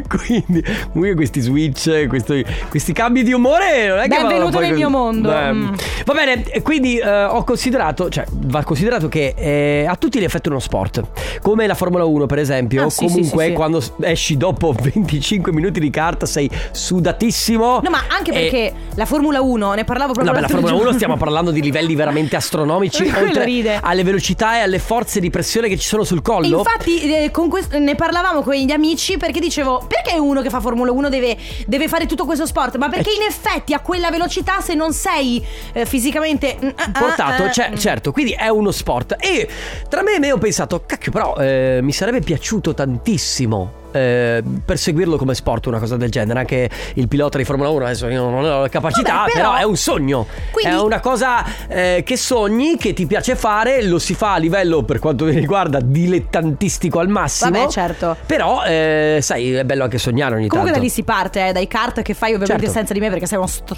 [SPEAKER 1] <laughs> quindi, comunque questi switch, questi, questi cambi di umore non è che
[SPEAKER 2] Benvenuto
[SPEAKER 1] vanno poi
[SPEAKER 2] nel
[SPEAKER 1] così.
[SPEAKER 2] mio mondo. Mm.
[SPEAKER 1] Va bene, e quindi eh, ho considerato, cioè va considerato che eh, a tutti gli effetti è uno sport, come la Formula 1 per esempio,
[SPEAKER 2] Ah, sì, sì,
[SPEAKER 1] comunque
[SPEAKER 2] sì, sì.
[SPEAKER 1] quando s- esci dopo <laughs> 25 minuti di carta sei sudatissimo.
[SPEAKER 2] No, ma anche
[SPEAKER 1] E-
[SPEAKER 2] perché la Formula 1, ne parlavo proprio
[SPEAKER 1] No, beh, la
[SPEAKER 2] l'altro
[SPEAKER 1] Formula 1
[SPEAKER 2] giorno.
[SPEAKER 1] stiamo parlando di livelli veramente astronomici
[SPEAKER 2] <laughs> Quello
[SPEAKER 1] oltre
[SPEAKER 2] ride.
[SPEAKER 1] alle velocità e alle forze di pressione che ci sono sul
[SPEAKER 2] E
[SPEAKER 1] collo.
[SPEAKER 2] infatti eh, con quest- ne parlavamo con gli amici perché dicevo perché uno che fa Formula 1 deve, deve fare tutto questo sport? Ma
[SPEAKER 1] Eh.
[SPEAKER 2] perché in effetti a quella velocità se non sei eh, fisicamente... mm, ah, ah,
[SPEAKER 1] portato,
[SPEAKER 2] ah,
[SPEAKER 1] ce-
[SPEAKER 2] mm.
[SPEAKER 1] certo, quindi è uno sport. E tra me e me ho pensato, cacchio, però eh, mi sarebbe piaciuto tantissimo. eh, perseguirlo come sport, una cosa del genere, anche il pilota di Formula 1. Adesso io non ho la capacità,
[SPEAKER 2] Vabbè,
[SPEAKER 1] però,
[SPEAKER 2] però-
[SPEAKER 1] è un sogno.
[SPEAKER 2] Quindi-
[SPEAKER 1] È una cosa eh, che sogni, che ti piace fare, lo si fa a livello per quanto mi riguarda dilettantistico al massimo.
[SPEAKER 2] Vabbè, certo.
[SPEAKER 1] Però, eh, sai, è bello anche sognare ogni
[SPEAKER 2] Comunque da
[SPEAKER 1] tanto.
[SPEAKER 2] lì si parte, eh, dai kart che fai ovviamente
[SPEAKER 1] Certo.
[SPEAKER 2] senza di me perché sei uno stro...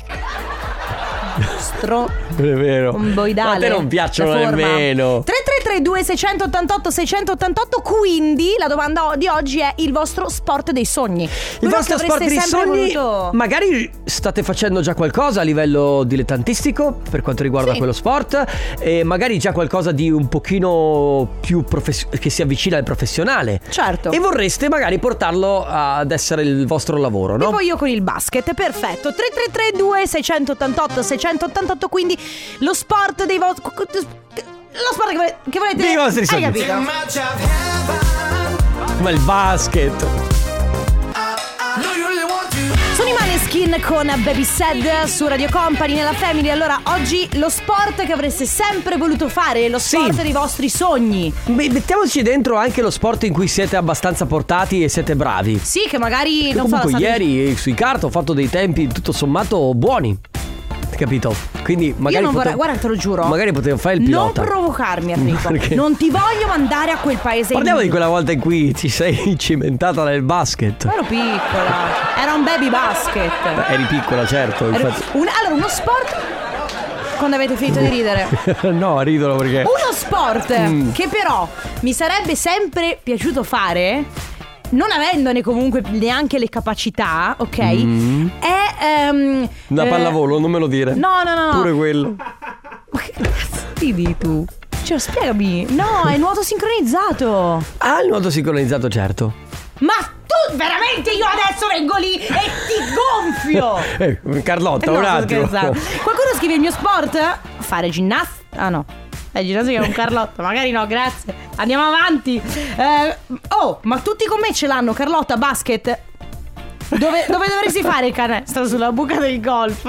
[SPEAKER 2] stro...
[SPEAKER 1] È vero. Ma a
[SPEAKER 2] Un
[SPEAKER 1] te
[SPEAKER 2] boidale.
[SPEAKER 1] non piacciono
[SPEAKER 2] La forma.
[SPEAKER 1] nemmeno.
[SPEAKER 2] 3332 688 688 Quindi la domanda di oggi è il vostro sport dei sogni
[SPEAKER 1] Il
[SPEAKER 2] Quello
[SPEAKER 1] vostro
[SPEAKER 2] che
[SPEAKER 1] sport
[SPEAKER 2] avreste
[SPEAKER 1] dei
[SPEAKER 2] sempre
[SPEAKER 1] sogni,
[SPEAKER 2] voluto-
[SPEAKER 1] magari state facendo già qualcosa a livello dilettantistico per quanto riguarda
[SPEAKER 2] Sì.
[SPEAKER 1] quello sport e magari già qualcosa di un pochino più profes- che si avvicina al professionale.
[SPEAKER 2] Certo
[SPEAKER 1] E vorreste magari portarlo ad essere il vostro lavoro, no?
[SPEAKER 2] Tipo io con il basket, perfetto. 3332 688 688 quindi lo sport dei vostri lo sport che, vo- che volete
[SPEAKER 1] Dei vostri
[SPEAKER 2] Hai
[SPEAKER 1] sogni.
[SPEAKER 2] capito?
[SPEAKER 1] Come il basket.
[SPEAKER 2] Sono i Maneskin con Baby Sad su Radio Company nella Family. Allora, oggi lo sport che avreste sempre voluto fare, lo
[SPEAKER 1] Sì.
[SPEAKER 2] sport dei vostri sogni.
[SPEAKER 1] Beh, mettiamoci dentro anche lo sport in cui siete abbastanza portati e siete bravi.
[SPEAKER 2] Sì, che magari non so,
[SPEAKER 1] Comunque
[SPEAKER 2] la state-
[SPEAKER 1] ieri sui kart ho fatto dei tempi tutto sommato buoni. Capito? Quindi magari
[SPEAKER 2] Io non vorrei,
[SPEAKER 1] potevo-
[SPEAKER 2] guarda, te lo giuro.
[SPEAKER 1] Magari potevo fare il
[SPEAKER 2] Non
[SPEAKER 1] pilota.
[SPEAKER 2] provocarmi, Enrico.
[SPEAKER 1] <laughs> Perché?
[SPEAKER 2] Non ti voglio mandare a quel paese.
[SPEAKER 1] Parliamo
[SPEAKER 2] lì.
[SPEAKER 1] di quella volta in cui ti sei <laughs> cimentata nel basket.
[SPEAKER 2] Ero piccola. Era un baby basket.
[SPEAKER 1] Beh, Eri piccola, certo.
[SPEAKER 2] Allora,
[SPEAKER 1] Infatti.
[SPEAKER 2] un- allora, uno sport. Quando avete finito
[SPEAKER 1] <laughs>
[SPEAKER 2] di ridere.
[SPEAKER 1] no, ridono perché. Mm.
[SPEAKER 2] Uno sport che però mi sarebbe sempre piaciuto fare. non avendone comunque neanche le capacità, ok? È ehm,
[SPEAKER 1] Da
[SPEAKER 2] eh,
[SPEAKER 1] Mm. pallavolo, non me lo dire.
[SPEAKER 2] No, no, no, no.
[SPEAKER 1] Pure quello.
[SPEAKER 2] <laughs> Ma che cazzo di tu? Cioè, spiegami. No, è nuoto sincronizzato.
[SPEAKER 1] Ah, il nuoto sincronizzato, certo.
[SPEAKER 2] Ma tu veramente io adesso vengo lì e ti gonfio.
[SPEAKER 1] Eh, esatto. Carlotta,
[SPEAKER 2] No,
[SPEAKER 1] un
[SPEAKER 2] sto
[SPEAKER 1] attimo.
[SPEAKER 2] scherzando. Qualcuno scrive il mio sport? Fare ginnastica. Ah no. Eh, ginnastica con Carlotta, magari no, grazie. Andiamo avanti. Eh, oh, ma tutti con me ce l'hanno, Carlotta, basket. Dove, dove dovresti fare il canestro? Sulla buca del golf.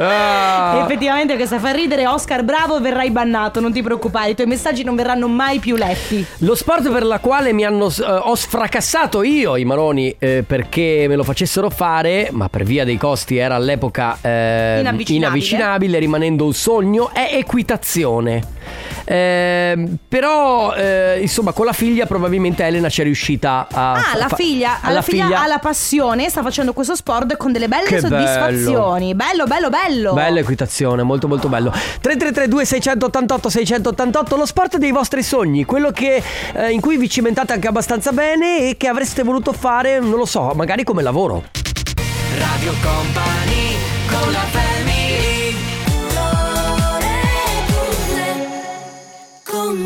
[SPEAKER 1] Ah.
[SPEAKER 2] Effettivamente questa fa ridere Oscar Bravo verrai bannato, non ti preoccupare, i tuoi messaggi non verranno mai più letti.
[SPEAKER 1] Lo sport per la quale mi hanno eh, ho sfracassato io i maroni eh, perché me lo facessero fare, ma per via dei costi era all'epoca eh,
[SPEAKER 2] Inavvicinabile.
[SPEAKER 1] inavvicinabile, rimanendo un sogno, è equitazione. Eh, però eh, insomma con la figlia probabilmente Elena ci è riuscita a
[SPEAKER 2] Ah, la
[SPEAKER 1] fa-
[SPEAKER 2] figlia, alla
[SPEAKER 1] alla
[SPEAKER 2] figlia, ha la passione, sta facendo questo sport con delle belle
[SPEAKER 1] Che
[SPEAKER 2] soddisfazioni. Bello, bello, bello.
[SPEAKER 1] Bella equitazione, molto molto bello. 3332 688 688 lo sport dei vostri sogni, quello che, eh, in cui vi cimentate anche abbastanza bene e che avreste voluto fare, non lo so, magari come lavoro.
[SPEAKER 4] Radio Company con la family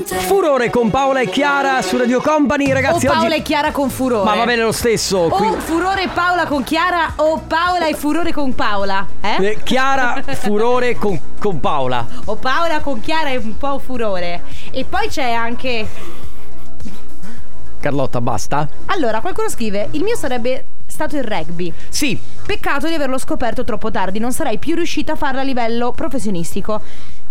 [SPEAKER 1] Furore con Paola e Chiara su Radio Company,
[SPEAKER 2] O
[SPEAKER 1] ragazzi.
[SPEAKER 2] Oh, Paola
[SPEAKER 1] oggi-
[SPEAKER 2] e Chiara Oh. con furore.
[SPEAKER 1] Ma va bene lo stesso. qui-
[SPEAKER 2] O furore Paola con Chiara o Paola e furore con Paola. Eh?
[SPEAKER 1] eh, Chiara, furore con, con Paola.
[SPEAKER 2] O Paola con Chiara e un po' furore. E poi c'è anche.
[SPEAKER 1] Carlotta, basta?
[SPEAKER 2] Allora, qualcuno scrive: Il mio sarebbe stato il rugby.
[SPEAKER 1] Sì.
[SPEAKER 2] Peccato di averlo scoperto troppo tardi, non sarei più riuscita a farlo a livello professionistico.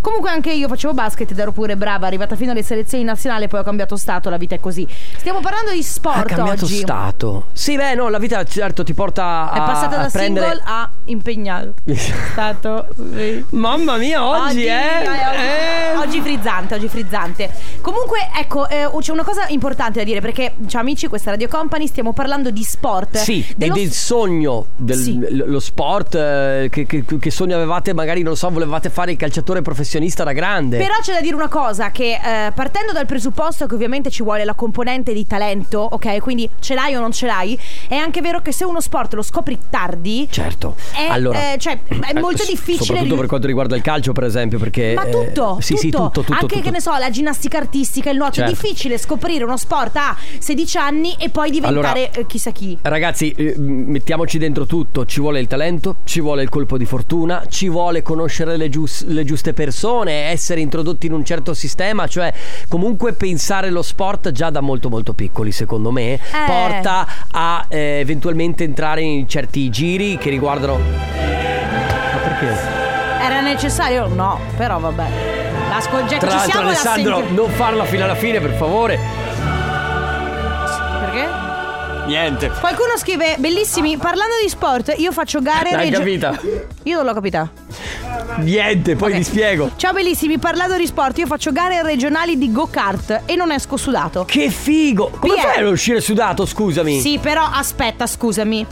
[SPEAKER 2] Comunque anche io facevo basket ed ero pure brava, arrivata fino alle selezioni nazionali, poi ho cambiato stato, la vita è così. Stiamo parlando di
[SPEAKER 1] Ha
[SPEAKER 2] sport
[SPEAKER 1] cambiato
[SPEAKER 2] oggi.
[SPEAKER 1] stato. Sì, beh, no, la vita certo ti porta a
[SPEAKER 2] È passata
[SPEAKER 1] a
[SPEAKER 2] da
[SPEAKER 1] prendere...
[SPEAKER 2] single a
[SPEAKER 1] <laughs>
[SPEAKER 2] impegnato. Stato. sì.
[SPEAKER 1] Mamma mia, oggi, eh,
[SPEAKER 2] eh,
[SPEAKER 1] eh.
[SPEAKER 2] oggi, oggi frizzante, oggi frizzante. Comunque, ecco, eh, c'è una cosa importante da dire perché, ciao amici, questa Radio Company stiamo parlando di sport.
[SPEAKER 1] Sì,
[SPEAKER 2] Dello-
[SPEAKER 1] e del sogno, del,
[SPEAKER 2] Sì.
[SPEAKER 1] l- lo sport eh, che, che- che sogno avevate, magari non so, volevate fare il calciatore professionista da grande.
[SPEAKER 2] Però c'è da dire una cosa: che eh, partendo dal presupposto che ovviamente ci vuole la componente di talento, ok? Quindi ce l'hai o non ce l'hai, è anche vero che se uno sport lo scopri tardi.
[SPEAKER 1] Certo,
[SPEAKER 2] È,
[SPEAKER 1] allora
[SPEAKER 2] eh, cioè, è
[SPEAKER 1] eh,
[SPEAKER 2] molto
[SPEAKER 1] s-
[SPEAKER 2] difficile
[SPEAKER 1] Soprattutto
[SPEAKER 2] riu-
[SPEAKER 1] per quanto riguarda il calcio, per esempio, perché
[SPEAKER 2] Ma
[SPEAKER 1] eh,
[SPEAKER 2] tutto,
[SPEAKER 1] sì, sì, tutto, tutto,
[SPEAKER 2] anche
[SPEAKER 1] tutto.
[SPEAKER 2] che ne so, la ginnastica artistica, il nuoto. È
[SPEAKER 1] Certo.
[SPEAKER 2] difficile scoprire uno sport a 16 anni e poi diventare
[SPEAKER 1] Allora-
[SPEAKER 2] eh, chissà chi.
[SPEAKER 1] Ragazzi, eh, m- mettiamoci dentro tutto, ci vuole il talento, ci vuole il colpo di fortuna, ci vuole conoscere le, gius- le giuste persone, essere introdotti in un certo sistema, cioè comunque pensare lo sport già da molto molto piccoli secondo
[SPEAKER 2] Eh.
[SPEAKER 1] me eh, porta a eh, eventualmente entrare in certi giri che riguardano... Ma perché?
[SPEAKER 2] Era necessario? No, però vabbè. La scongettura
[SPEAKER 1] Tra
[SPEAKER 2] ci
[SPEAKER 1] l'altro
[SPEAKER 2] siamo la
[SPEAKER 1] Alessandro,
[SPEAKER 2] senti-
[SPEAKER 1] non farla fino alla fine per favore.
[SPEAKER 2] Perché?
[SPEAKER 1] Niente.
[SPEAKER 2] Qualcuno scrive "Bellissimi, parlando di sport, io faccio gare
[SPEAKER 1] L'hai
[SPEAKER 2] regio-
[SPEAKER 1] capita?
[SPEAKER 2] Io non l'ho capita.
[SPEAKER 1] Niente, poi
[SPEAKER 2] Ok.
[SPEAKER 1] vi spiego.
[SPEAKER 2] Ciao bellissimi, parlando di sport, io faccio gare regionali di go-kart e non esco sudato.
[SPEAKER 1] Che figo! Come
[SPEAKER 2] Via.
[SPEAKER 1] fai a non uscire sudato, scusami?
[SPEAKER 2] Sì, però aspetta, scusami.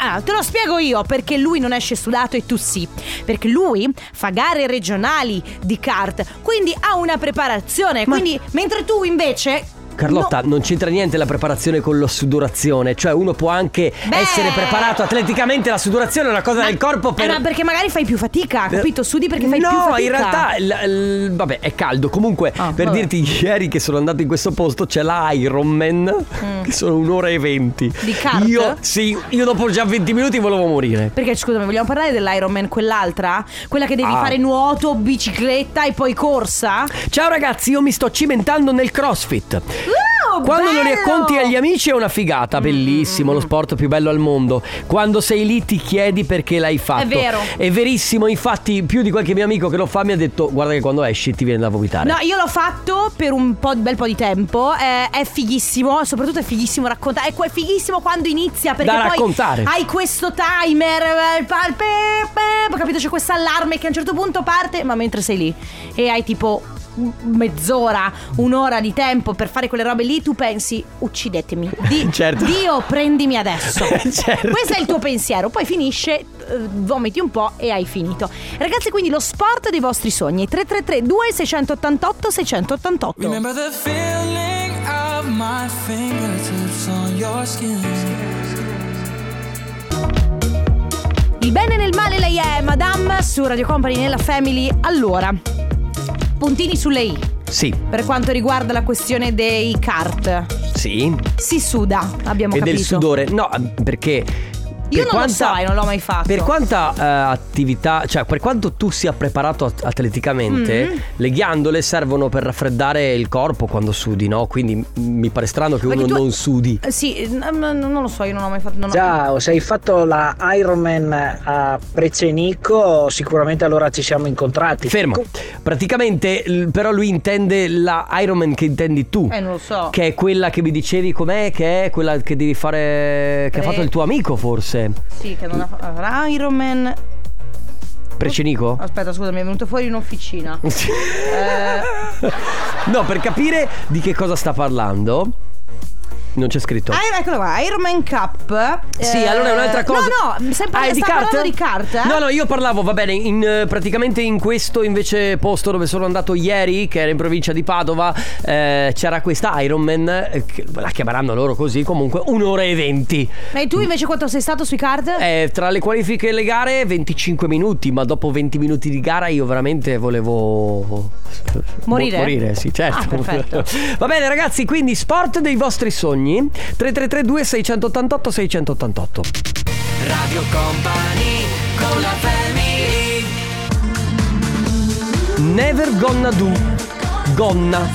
[SPEAKER 2] Ah, te lo spiego io perché lui non esce sudato e tu sì. Perché lui fa gare regionali di kart, quindi ha una preparazione. Quindi, mentre tu invece.
[SPEAKER 1] Carlotta,
[SPEAKER 2] no-
[SPEAKER 1] non c'entra niente la preparazione con la sudorazione, cioè uno può anche
[SPEAKER 2] Beh.
[SPEAKER 1] essere preparato atleticamente, la sudorazione è una cosa del corpo per...
[SPEAKER 2] Eh, ma perché magari fai più fatica, capito? Sudi perché fai
[SPEAKER 1] Eh, no,
[SPEAKER 2] più fatica.
[SPEAKER 1] in realtà, l- l- vabbè, è caldo. Comunque,
[SPEAKER 2] Ah,
[SPEAKER 1] per
[SPEAKER 2] vabbè.
[SPEAKER 1] dirti, ieri che sono andato in questo posto c'è la Ironman, che sono un'ora e venti.
[SPEAKER 2] Mm. Di kart?
[SPEAKER 1] Io, sì, io dopo già 20 minuti volevo morire.
[SPEAKER 2] Perché scusami, vogliamo parlare dell'Ironman, quell'altra? Quella che devi
[SPEAKER 1] Ah.
[SPEAKER 2] fare nuoto, bicicletta e poi corsa?
[SPEAKER 1] Ciao ragazzi, io mi sto cimentando nel CrossFit.
[SPEAKER 2] Wow,
[SPEAKER 1] Quando lo
[SPEAKER 2] Ah, Oh, bello!
[SPEAKER 1] racconti agli amici è una figata, bellissimo, lo sport più bello al mondo. Quando sei lì ti chiedi perché l'hai fatto.
[SPEAKER 2] È vero.
[SPEAKER 1] È verissimo, infatti più di qualche mio amico che lo fa mi ha detto guarda che quando esci ti viene da vomitare.
[SPEAKER 2] No, io l'ho fatto per un po', bel po' di tempo. eh, è fighissimo, soprattutto è fighissimo raccontare. Ecco, è fighissimo quando inizia perché
[SPEAKER 1] Da
[SPEAKER 2] poi
[SPEAKER 1] raccontare.
[SPEAKER 2] hai questo timer. eh, pa- pe- pe- Capito? C'è questo allarme che a un certo punto parte, ma mentre sei lì e hai tipo mezz'ora, un'ora di tempo per fare quelle robe lì, tu pensi
[SPEAKER 1] <laughs>
[SPEAKER 2] uccidetemi. Di-
[SPEAKER 1] Certo.
[SPEAKER 2] Dio, prendimi adesso.
[SPEAKER 1] <laughs> Certo.
[SPEAKER 2] Questo è il tuo pensiero, poi finisce, eh, vomiti un po' e hai finito. Ragazzi, quindi lo sport dei vostri sogni 333 2688 688.
[SPEAKER 4] Remember the feeling of my fingertips on your skin.
[SPEAKER 2] Il bene nel male lei è Madame su Radio Company nella Family. Allora, puntini sulle I
[SPEAKER 1] Sì,
[SPEAKER 2] per quanto riguarda la questione dei kart.
[SPEAKER 1] sì.
[SPEAKER 2] Si suda, abbiamo
[SPEAKER 1] e
[SPEAKER 2] capito.
[SPEAKER 1] del sudore. No, perché.
[SPEAKER 2] Io
[SPEAKER 1] per
[SPEAKER 2] non lo so, eh, non l'ho mai fatto.
[SPEAKER 1] Per quanta eh, attività, cioè per quanto tu sia preparato at- atleticamente,
[SPEAKER 2] Mm.
[SPEAKER 1] le ghiandole servono per raffreddare il corpo quando sudi, no? Quindi m- mi pare strano che
[SPEAKER 2] Perché
[SPEAKER 1] uno
[SPEAKER 2] tu-
[SPEAKER 1] non sudi.
[SPEAKER 2] Eh, Sì, n- n- non lo so, io non l'ho mai fatto. Non ho-
[SPEAKER 10] Ciao, se hai fatto la Ironman a Precenico, sicuramente allora ci siamo incontrati.
[SPEAKER 1] Fermo. Praticamente, l- però lui intende la Ironman che intendi tu.
[SPEAKER 2] Eh, non lo so.
[SPEAKER 1] Che è quella che mi dicevi com'è, che è quella che devi fare. che ha
[SPEAKER 2] Pre-
[SPEAKER 1] fatto il tuo amico forse.
[SPEAKER 2] Sì, che non ha fa- Iron Man.
[SPEAKER 1] Precenico?
[SPEAKER 2] Aspetta, scusa, mi è venuto fuori in
[SPEAKER 1] <laughs>
[SPEAKER 2] officina. Eh.
[SPEAKER 1] No, per capire di che cosa sta parlando, non c'è scritto.
[SPEAKER 2] Iron, eccolo qua, Iron Man Cup.
[SPEAKER 1] Sì,
[SPEAKER 2] Eh,
[SPEAKER 1] allora è un'altra cosa.
[SPEAKER 2] No, no, sempre
[SPEAKER 1] Ah, è
[SPEAKER 2] sta parlando di carte. eh?
[SPEAKER 1] No, no, io parlavo, va bene, in, eh, praticamente in questo invece posto dove sono andato ieri, che era in provincia di Padova, eh, c'era questa Ironman, eh, che- la chiameranno loro così, comunque un'ora e venti.
[SPEAKER 2] E tu invece quanto sei stato sui card?
[SPEAKER 1] Eh, tra le qualifiche e le gare 25 minuti, ma dopo 20 minuti di gara io veramente volevo
[SPEAKER 2] Morire?
[SPEAKER 1] Mo- Morire, sì,
[SPEAKER 2] Ah,
[SPEAKER 1] certo.
[SPEAKER 2] perfetto.
[SPEAKER 1] <laughs> Va bene ragazzi, quindi sport dei vostri sogni 3332 688 688.
[SPEAKER 4] Radio Company con la family.
[SPEAKER 1] Never gonna do gonna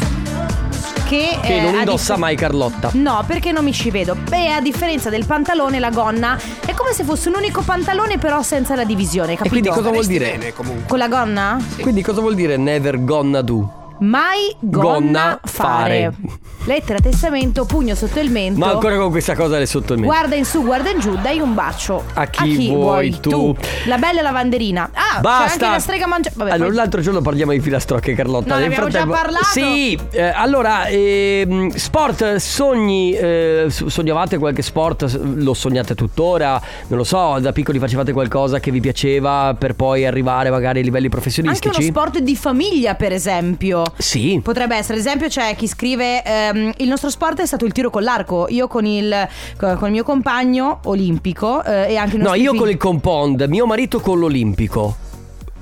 [SPEAKER 2] Che,
[SPEAKER 1] che
[SPEAKER 2] eh,
[SPEAKER 1] non
[SPEAKER 2] a
[SPEAKER 1] indossa
[SPEAKER 2] differ-
[SPEAKER 1] mai Carlotta.
[SPEAKER 2] No, perché non mi ci vedo? Beh, a differenza del pantalone, la gonna è come se fosse un unico pantalone, però senza la divisione, capito?
[SPEAKER 1] E quindi cosa vuol dire?
[SPEAKER 2] Con la gonna?
[SPEAKER 1] Quindi cosa vuol dire never gonna do?
[SPEAKER 2] Mai gonna,
[SPEAKER 1] Gonna
[SPEAKER 2] fare.
[SPEAKER 1] fare.
[SPEAKER 2] Lettera, testamento, pugno sotto il mento.
[SPEAKER 1] Ma ancora con questa cosa le sotto il mento.
[SPEAKER 2] Esatto. Guarda in su, guarda in giù, dai un bacio.
[SPEAKER 1] A chi vuoi tu.
[SPEAKER 2] La bella lavanderina. Ah, c'è anche
[SPEAKER 1] Basta.
[SPEAKER 2] la strega mangiata. Vabbè,
[SPEAKER 1] allora,
[SPEAKER 2] poi-
[SPEAKER 1] l'altro giorno parliamo di filastrocche, Carlotta.
[SPEAKER 2] No, ne
[SPEAKER 1] Nel
[SPEAKER 2] abbiamo già
[SPEAKER 1] frattempo-
[SPEAKER 2] parlato.
[SPEAKER 1] Sì, eh, allora, ehm, sport, sogni, eh, so- sognavate qualche sport? S- Lo sognate tuttora? Non lo so, da piccoli facevate qualcosa che vi piaceva per poi arrivare magari ai livelli
[SPEAKER 2] Anche
[SPEAKER 1] professionistici?
[SPEAKER 2] uno sport di famiglia, per esempio.
[SPEAKER 1] Sì.
[SPEAKER 2] Potrebbe essere, ad esempio, c'è chi scrive: ehm, Il nostro sport è stato il tiro con l'arco. Io con il, con il mio compagno olimpico eh, e anche i
[SPEAKER 1] No,
[SPEAKER 2] nostri
[SPEAKER 1] io
[SPEAKER 2] figli.
[SPEAKER 1] con il compound, mio marito con l'olimpico.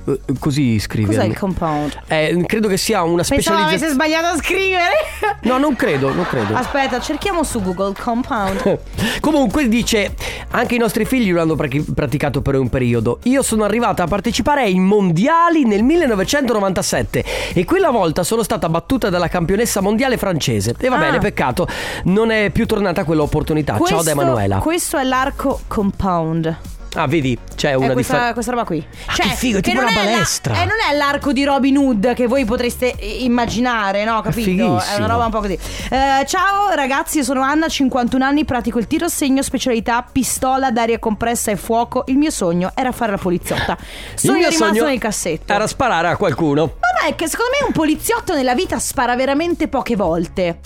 [SPEAKER 1] Eh, Così scrivi.
[SPEAKER 2] Cos'è il compound?
[SPEAKER 1] Eh, credo che sia una
[SPEAKER 2] Pensavo avesse
[SPEAKER 1] specializzazione.
[SPEAKER 2] sbagliato a
[SPEAKER 1] <laughs>
[SPEAKER 2] scrivere.
[SPEAKER 1] No, non credo, non credo.
[SPEAKER 2] Aspetta, cerchiamo su Google compound.
[SPEAKER 1] <laughs> Comunque dice, anche i nostri figli lo hanno prati- praticato per un periodo. Io sono arrivata a partecipare ai mondiali nel 1997 e quella volta sono stata battuta dalla campionessa mondiale francese. E va
[SPEAKER 2] Ah.
[SPEAKER 1] bene, peccato, non è più tornata quell'opportunità. Ciao da
[SPEAKER 2] Questo-
[SPEAKER 1] Emanuela.
[SPEAKER 2] Questo è l'arco compound.
[SPEAKER 1] ah, vedi, c'è
[SPEAKER 2] È
[SPEAKER 1] una
[SPEAKER 2] Eh, questa,
[SPEAKER 1] differenza.
[SPEAKER 2] questa roba qui. Cioè,
[SPEAKER 1] Ah, che figo, è tipo
[SPEAKER 2] non
[SPEAKER 1] una
[SPEAKER 2] la-
[SPEAKER 1] balestra.
[SPEAKER 2] eh, non è l'arco di Robin Hood che voi potreste eh, immaginare, no? Capito? È,
[SPEAKER 1] fighissimo.
[SPEAKER 2] una roba un po' così. Eh, ciao ragazzi, io sono Anna, 51 anni, pratico il tiro segno, specialità pistola d'aria compressa e fuoco. Il mio sogno era fare la poliziotta.
[SPEAKER 1] Il
[SPEAKER 2] Sono
[SPEAKER 1] mio
[SPEAKER 2] rimasto
[SPEAKER 1] sogno
[SPEAKER 2] nel cassetto.
[SPEAKER 1] Era sparare a qualcuno.
[SPEAKER 2] Ma no, è che secondo me un poliziotto nella vita spara veramente poche volte.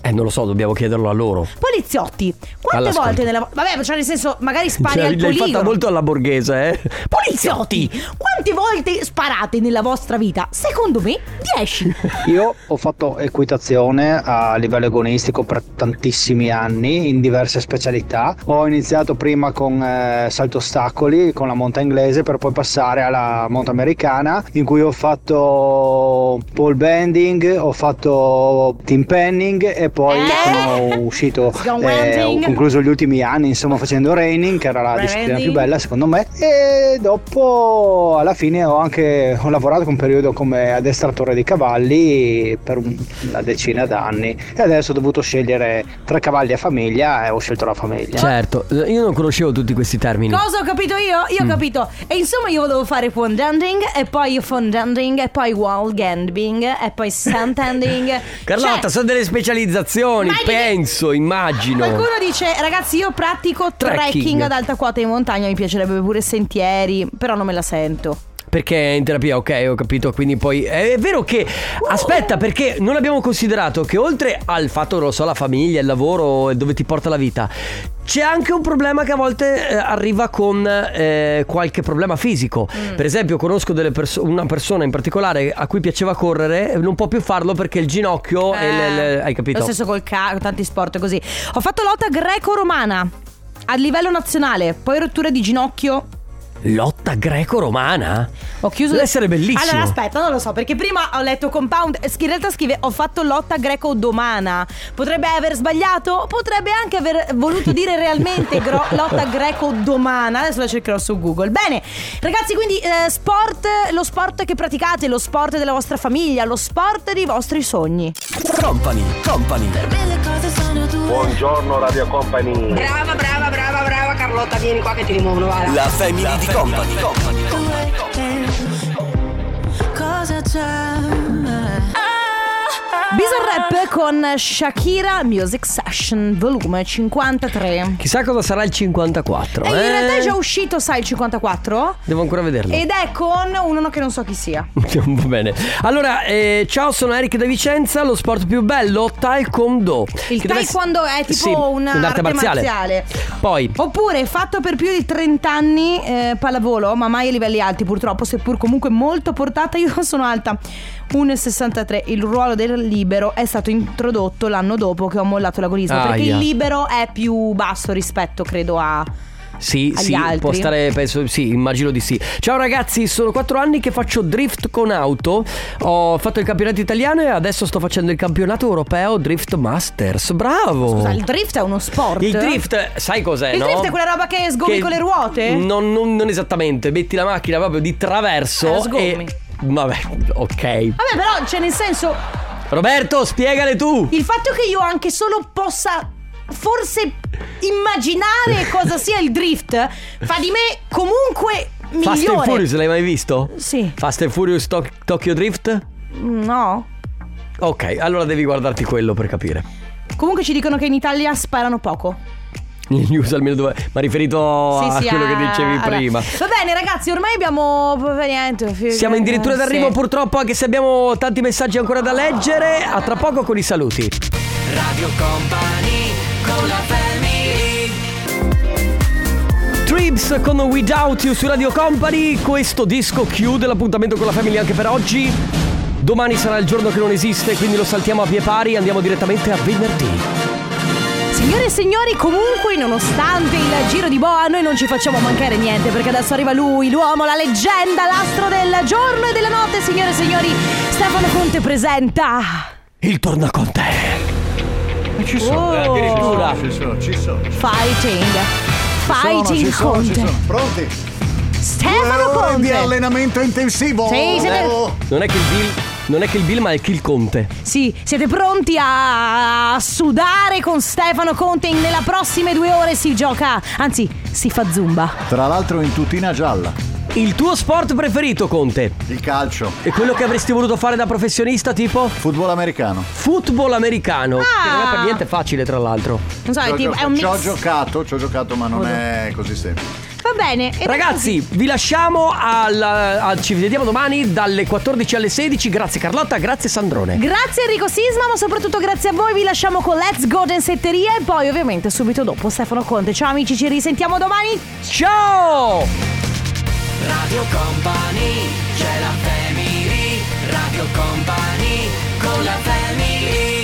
[SPEAKER 1] Eh, non lo so, dobbiamo chiederlo a loro.
[SPEAKER 2] Poliziotti, quante
[SPEAKER 1] All'ascolto.
[SPEAKER 2] volte nella. Vabbè, cioè nel senso, magari spari
[SPEAKER 1] Cioè,
[SPEAKER 2] al
[SPEAKER 1] l'hai
[SPEAKER 2] poligono.
[SPEAKER 1] fatta molto alla borghese, eh?
[SPEAKER 2] Poliziotti, quante volte sparate nella vostra vita? Secondo me
[SPEAKER 1] <laughs>
[SPEAKER 2] 10.
[SPEAKER 11] Io ho fatto equitazione a livello agonistico per tantissimi anni in diverse specialità. Ho iniziato prima con eh, salto ostacoli, con la monta inglese, per poi passare alla monta americana, in cui ho fatto pole bending, ho fatto team penning e poi
[SPEAKER 2] Eh?
[SPEAKER 11] sono uscito,
[SPEAKER 2] Stone
[SPEAKER 11] eh, ho
[SPEAKER 2] wending.
[SPEAKER 11] concluso gli ultimi anni insomma facendo raining, che era la disciplina
[SPEAKER 2] Raining.
[SPEAKER 11] più bella secondo me. E dopo alla fine ho anche ho lavorato un periodo come addestratore di cavalli per un- una decina d'anni e adesso ho dovuto scegliere tra cavalli e famiglia e ho scelto la famiglia.
[SPEAKER 1] Certo, io non conoscevo tutti questi termini.
[SPEAKER 2] Cosa ho capito io? Io ho
[SPEAKER 1] Mm.
[SPEAKER 2] capito. E insomma io volevo fare fondending e poi fondending e poi wall gambing e poi sandending.
[SPEAKER 1] <laughs> Carlotta,
[SPEAKER 2] Cioè,
[SPEAKER 1] sono delle specializzazioni,
[SPEAKER 2] ma di-
[SPEAKER 1] penso, immagino.
[SPEAKER 2] Qualcuno dice, ragazzi, io pratico trekking.
[SPEAKER 1] Trekking.
[SPEAKER 2] ad alta quota in montagna, mi piacerebbe pure sentieri, però non me la sento.
[SPEAKER 1] perché è in terapia, ok, ho capito. Quindi poi eh, è vero che
[SPEAKER 2] Uh!
[SPEAKER 1] aspetta, perché non abbiamo considerato che oltre al fatto, non lo so, la famiglia, il lavoro e dove ti porta la vita, c'è anche un problema che a volte eh, arriva con eh, qualche problema fisico.
[SPEAKER 2] Mm.
[SPEAKER 1] Per esempio, conosco delle perso- una persona in particolare a cui piaceva correre, non può più farlo perché il ginocchio. e Oh, eh, le- le- hai capito?
[SPEAKER 2] Ah. Lo stesso col carro, tanti sport così. Ho fatto lotta greco-romana a livello nazionale, poi rotture di ginocchio.
[SPEAKER 1] Lotta greco-romana?
[SPEAKER 2] Ho chiuso.
[SPEAKER 1] Deve essere bellissimo.
[SPEAKER 2] Allora, aspetta, non lo so, perché prima ho letto compound. eh, In realtà scrive: Ho fatto lotta greco-domana. Potrebbe aver sbagliato, potrebbe anche aver
[SPEAKER 1] <laughs>
[SPEAKER 2] voluto dire realmente gro- lotta greco-domana. Adesso la cercherò su Google. Bene, ragazzi, quindi eh, sport, lo sport che praticate, lo sport della vostra famiglia, lo sport dei vostri sogni.
[SPEAKER 8] Company, company.
[SPEAKER 12] Buongiorno Radio Company.
[SPEAKER 13] Brava, brava, brava, brava Carlotta, vieni qua che ti rimuovono, va.
[SPEAKER 8] La family di company.
[SPEAKER 13] Cosa c'è?
[SPEAKER 2] Bizarre Rap con Shakira Music Session, volume 53.
[SPEAKER 1] Chissà cosa sarà il 54.
[SPEAKER 2] E in
[SPEAKER 1] eh?
[SPEAKER 2] realtà è già uscito, sai, il 54?
[SPEAKER 1] Devo ancora vederlo. <laughs>
[SPEAKER 2] Ed è con uno che non so chi sia.
[SPEAKER 1] Va bene. Allora, eh, ciao, sono Eric da Vicenza. Lo sport più bello, taekwondo.
[SPEAKER 2] Il
[SPEAKER 1] Che deve ess-
[SPEAKER 2] taekwondo è tipo
[SPEAKER 1] Sì,
[SPEAKER 2] una
[SPEAKER 1] un'arte marziale. Poi,
[SPEAKER 2] Oppure fatto per più di 30 anni eh, pallavolo, ma mai a livelli alti purtroppo, seppur comunque molto portata, <laughs> io sono alta 1,63. Il ruolo del libero è stato introdotto l'anno dopo che ho mollato l'agonismo, perché
[SPEAKER 1] Aia.
[SPEAKER 2] il libero è più basso rispetto credo a...
[SPEAKER 1] Oh. sì,
[SPEAKER 2] Agli
[SPEAKER 1] sì, può
[SPEAKER 2] altri.
[SPEAKER 1] stare, penso, sì, immagino di sì. Ciao ragazzi, sono 4 anni che faccio drift con auto. Ho fatto il campionato italiano e adesso sto facendo il campionato europeo Drift Masters. Bravo!
[SPEAKER 2] Scusa, il drift è uno sport?
[SPEAKER 1] Il drift, sai cos'è?
[SPEAKER 2] Esatto. Il
[SPEAKER 1] no?
[SPEAKER 2] drift è quella roba che sgomi
[SPEAKER 1] Che-
[SPEAKER 2] con le ruote?
[SPEAKER 1] Non, non- non esattamente, metti la macchina proprio di traverso.
[SPEAKER 2] Eh, sgommi.
[SPEAKER 1] E... Vabbè, ok.
[SPEAKER 2] Vabbè, però, cioè, nel senso,
[SPEAKER 1] Roberto, spiegale tu.
[SPEAKER 2] il fatto che io anche solo possa forse
[SPEAKER 1] <laughs>
[SPEAKER 2] immaginare cosa sia il drift fa di me comunque migliore.
[SPEAKER 1] Fast and Furious l'hai mai visto?
[SPEAKER 2] Sì.
[SPEAKER 1] Fast and Furious Tok- Tokyo Drift?
[SPEAKER 2] No.
[SPEAKER 1] Ok, allora devi guardarti quello per capire.
[SPEAKER 2] Comunque ci dicono che in Italia sparano poco.
[SPEAKER 1] Le news almeno dove. Ma riferito a
[SPEAKER 2] Sì, sì,
[SPEAKER 1] quello che
[SPEAKER 2] ah,
[SPEAKER 1] dicevi
[SPEAKER 2] vabbè.
[SPEAKER 1] prima.
[SPEAKER 2] Va bene, ragazzi, ormai abbiamo. vabbè, Niente, fi- eh,
[SPEAKER 1] Siamo addirittura
[SPEAKER 2] sì.
[SPEAKER 1] d'arrivo, purtroppo, anche se abbiamo tanti messaggi ancora da leggere. A tra poco con i saluti.
[SPEAKER 4] Radio Company con la family.
[SPEAKER 1] Trips con Without You su Radio Company. Questo disco chiude l'appuntamento con la famiglia anche per oggi. Domani sarà il giorno che non esiste, quindi lo saltiamo a pie pari e andiamo direttamente a venerdì.
[SPEAKER 2] Signore e signori, comunque, nonostante il giro di boa, noi non ci facciamo mancare niente perché adesso arriva lui, l'uomo, la leggenda, l'astro del giorno e della notte. Signore e signori, Stefano Conte presenta.
[SPEAKER 1] Il torna con te.
[SPEAKER 2] Ci sono,
[SPEAKER 1] eh, addirittura.
[SPEAKER 14] Ci sono, ci sono.
[SPEAKER 2] Fighting. Fighting
[SPEAKER 14] ci sono, ci
[SPEAKER 2] Conte.
[SPEAKER 14] sono. Pronti?
[SPEAKER 2] Stefano
[SPEAKER 14] Due ore
[SPEAKER 2] Conte.
[SPEAKER 14] di allenamento intensivo.
[SPEAKER 2] Sì, siete-
[SPEAKER 14] Oh.
[SPEAKER 1] Non è che il Bill. Non è che il Bill, ma è il Kill Conte.
[SPEAKER 2] Sì, siete pronti a sudare con Stefano Conte? Nella prossime due ore si gioca, anzi, si fa zumba.
[SPEAKER 14] Tra l'altro in tutina gialla.
[SPEAKER 1] Il tuo sport preferito, Conte?
[SPEAKER 14] Il calcio.
[SPEAKER 1] E quello che avresti voluto fare da professionista, tipo?
[SPEAKER 14] Football americano.
[SPEAKER 1] Football americano. Che non è per
[SPEAKER 2] Ah.
[SPEAKER 1] niente facile, tra l'altro.
[SPEAKER 2] Non so,
[SPEAKER 14] Ci
[SPEAKER 2] Ah, è,
[SPEAKER 14] ho
[SPEAKER 2] tipo,
[SPEAKER 14] gio-
[SPEAKER 2] è un
[SPEAKER 14] Ci ho
[SPEAKER 2] mix.
[SPEAKER 14] giocato, ci ho giocato, ma non è così semplice.
[SPEAKER 2] Va bene. e
[SPEAKER 1] Ragazzi, vi lasciamo. al- al- ci vediamo domani dalle 14 alle 16. Grazie, Carlotta. Grazie, Sandrone.
[SPEAKER 2] Grazie Enrico Sisma, ma soprattutto grazie a voi. Vi lasciamo con Let's Go Densetteria e poi ovviamente subito dopo Stefano Conte. Ciao amici, ci risentiamo domani.
[SPEAKER 1] Ciao!
[SPEAKER 4] Radio Company, c'è la family. Radio Company con la family.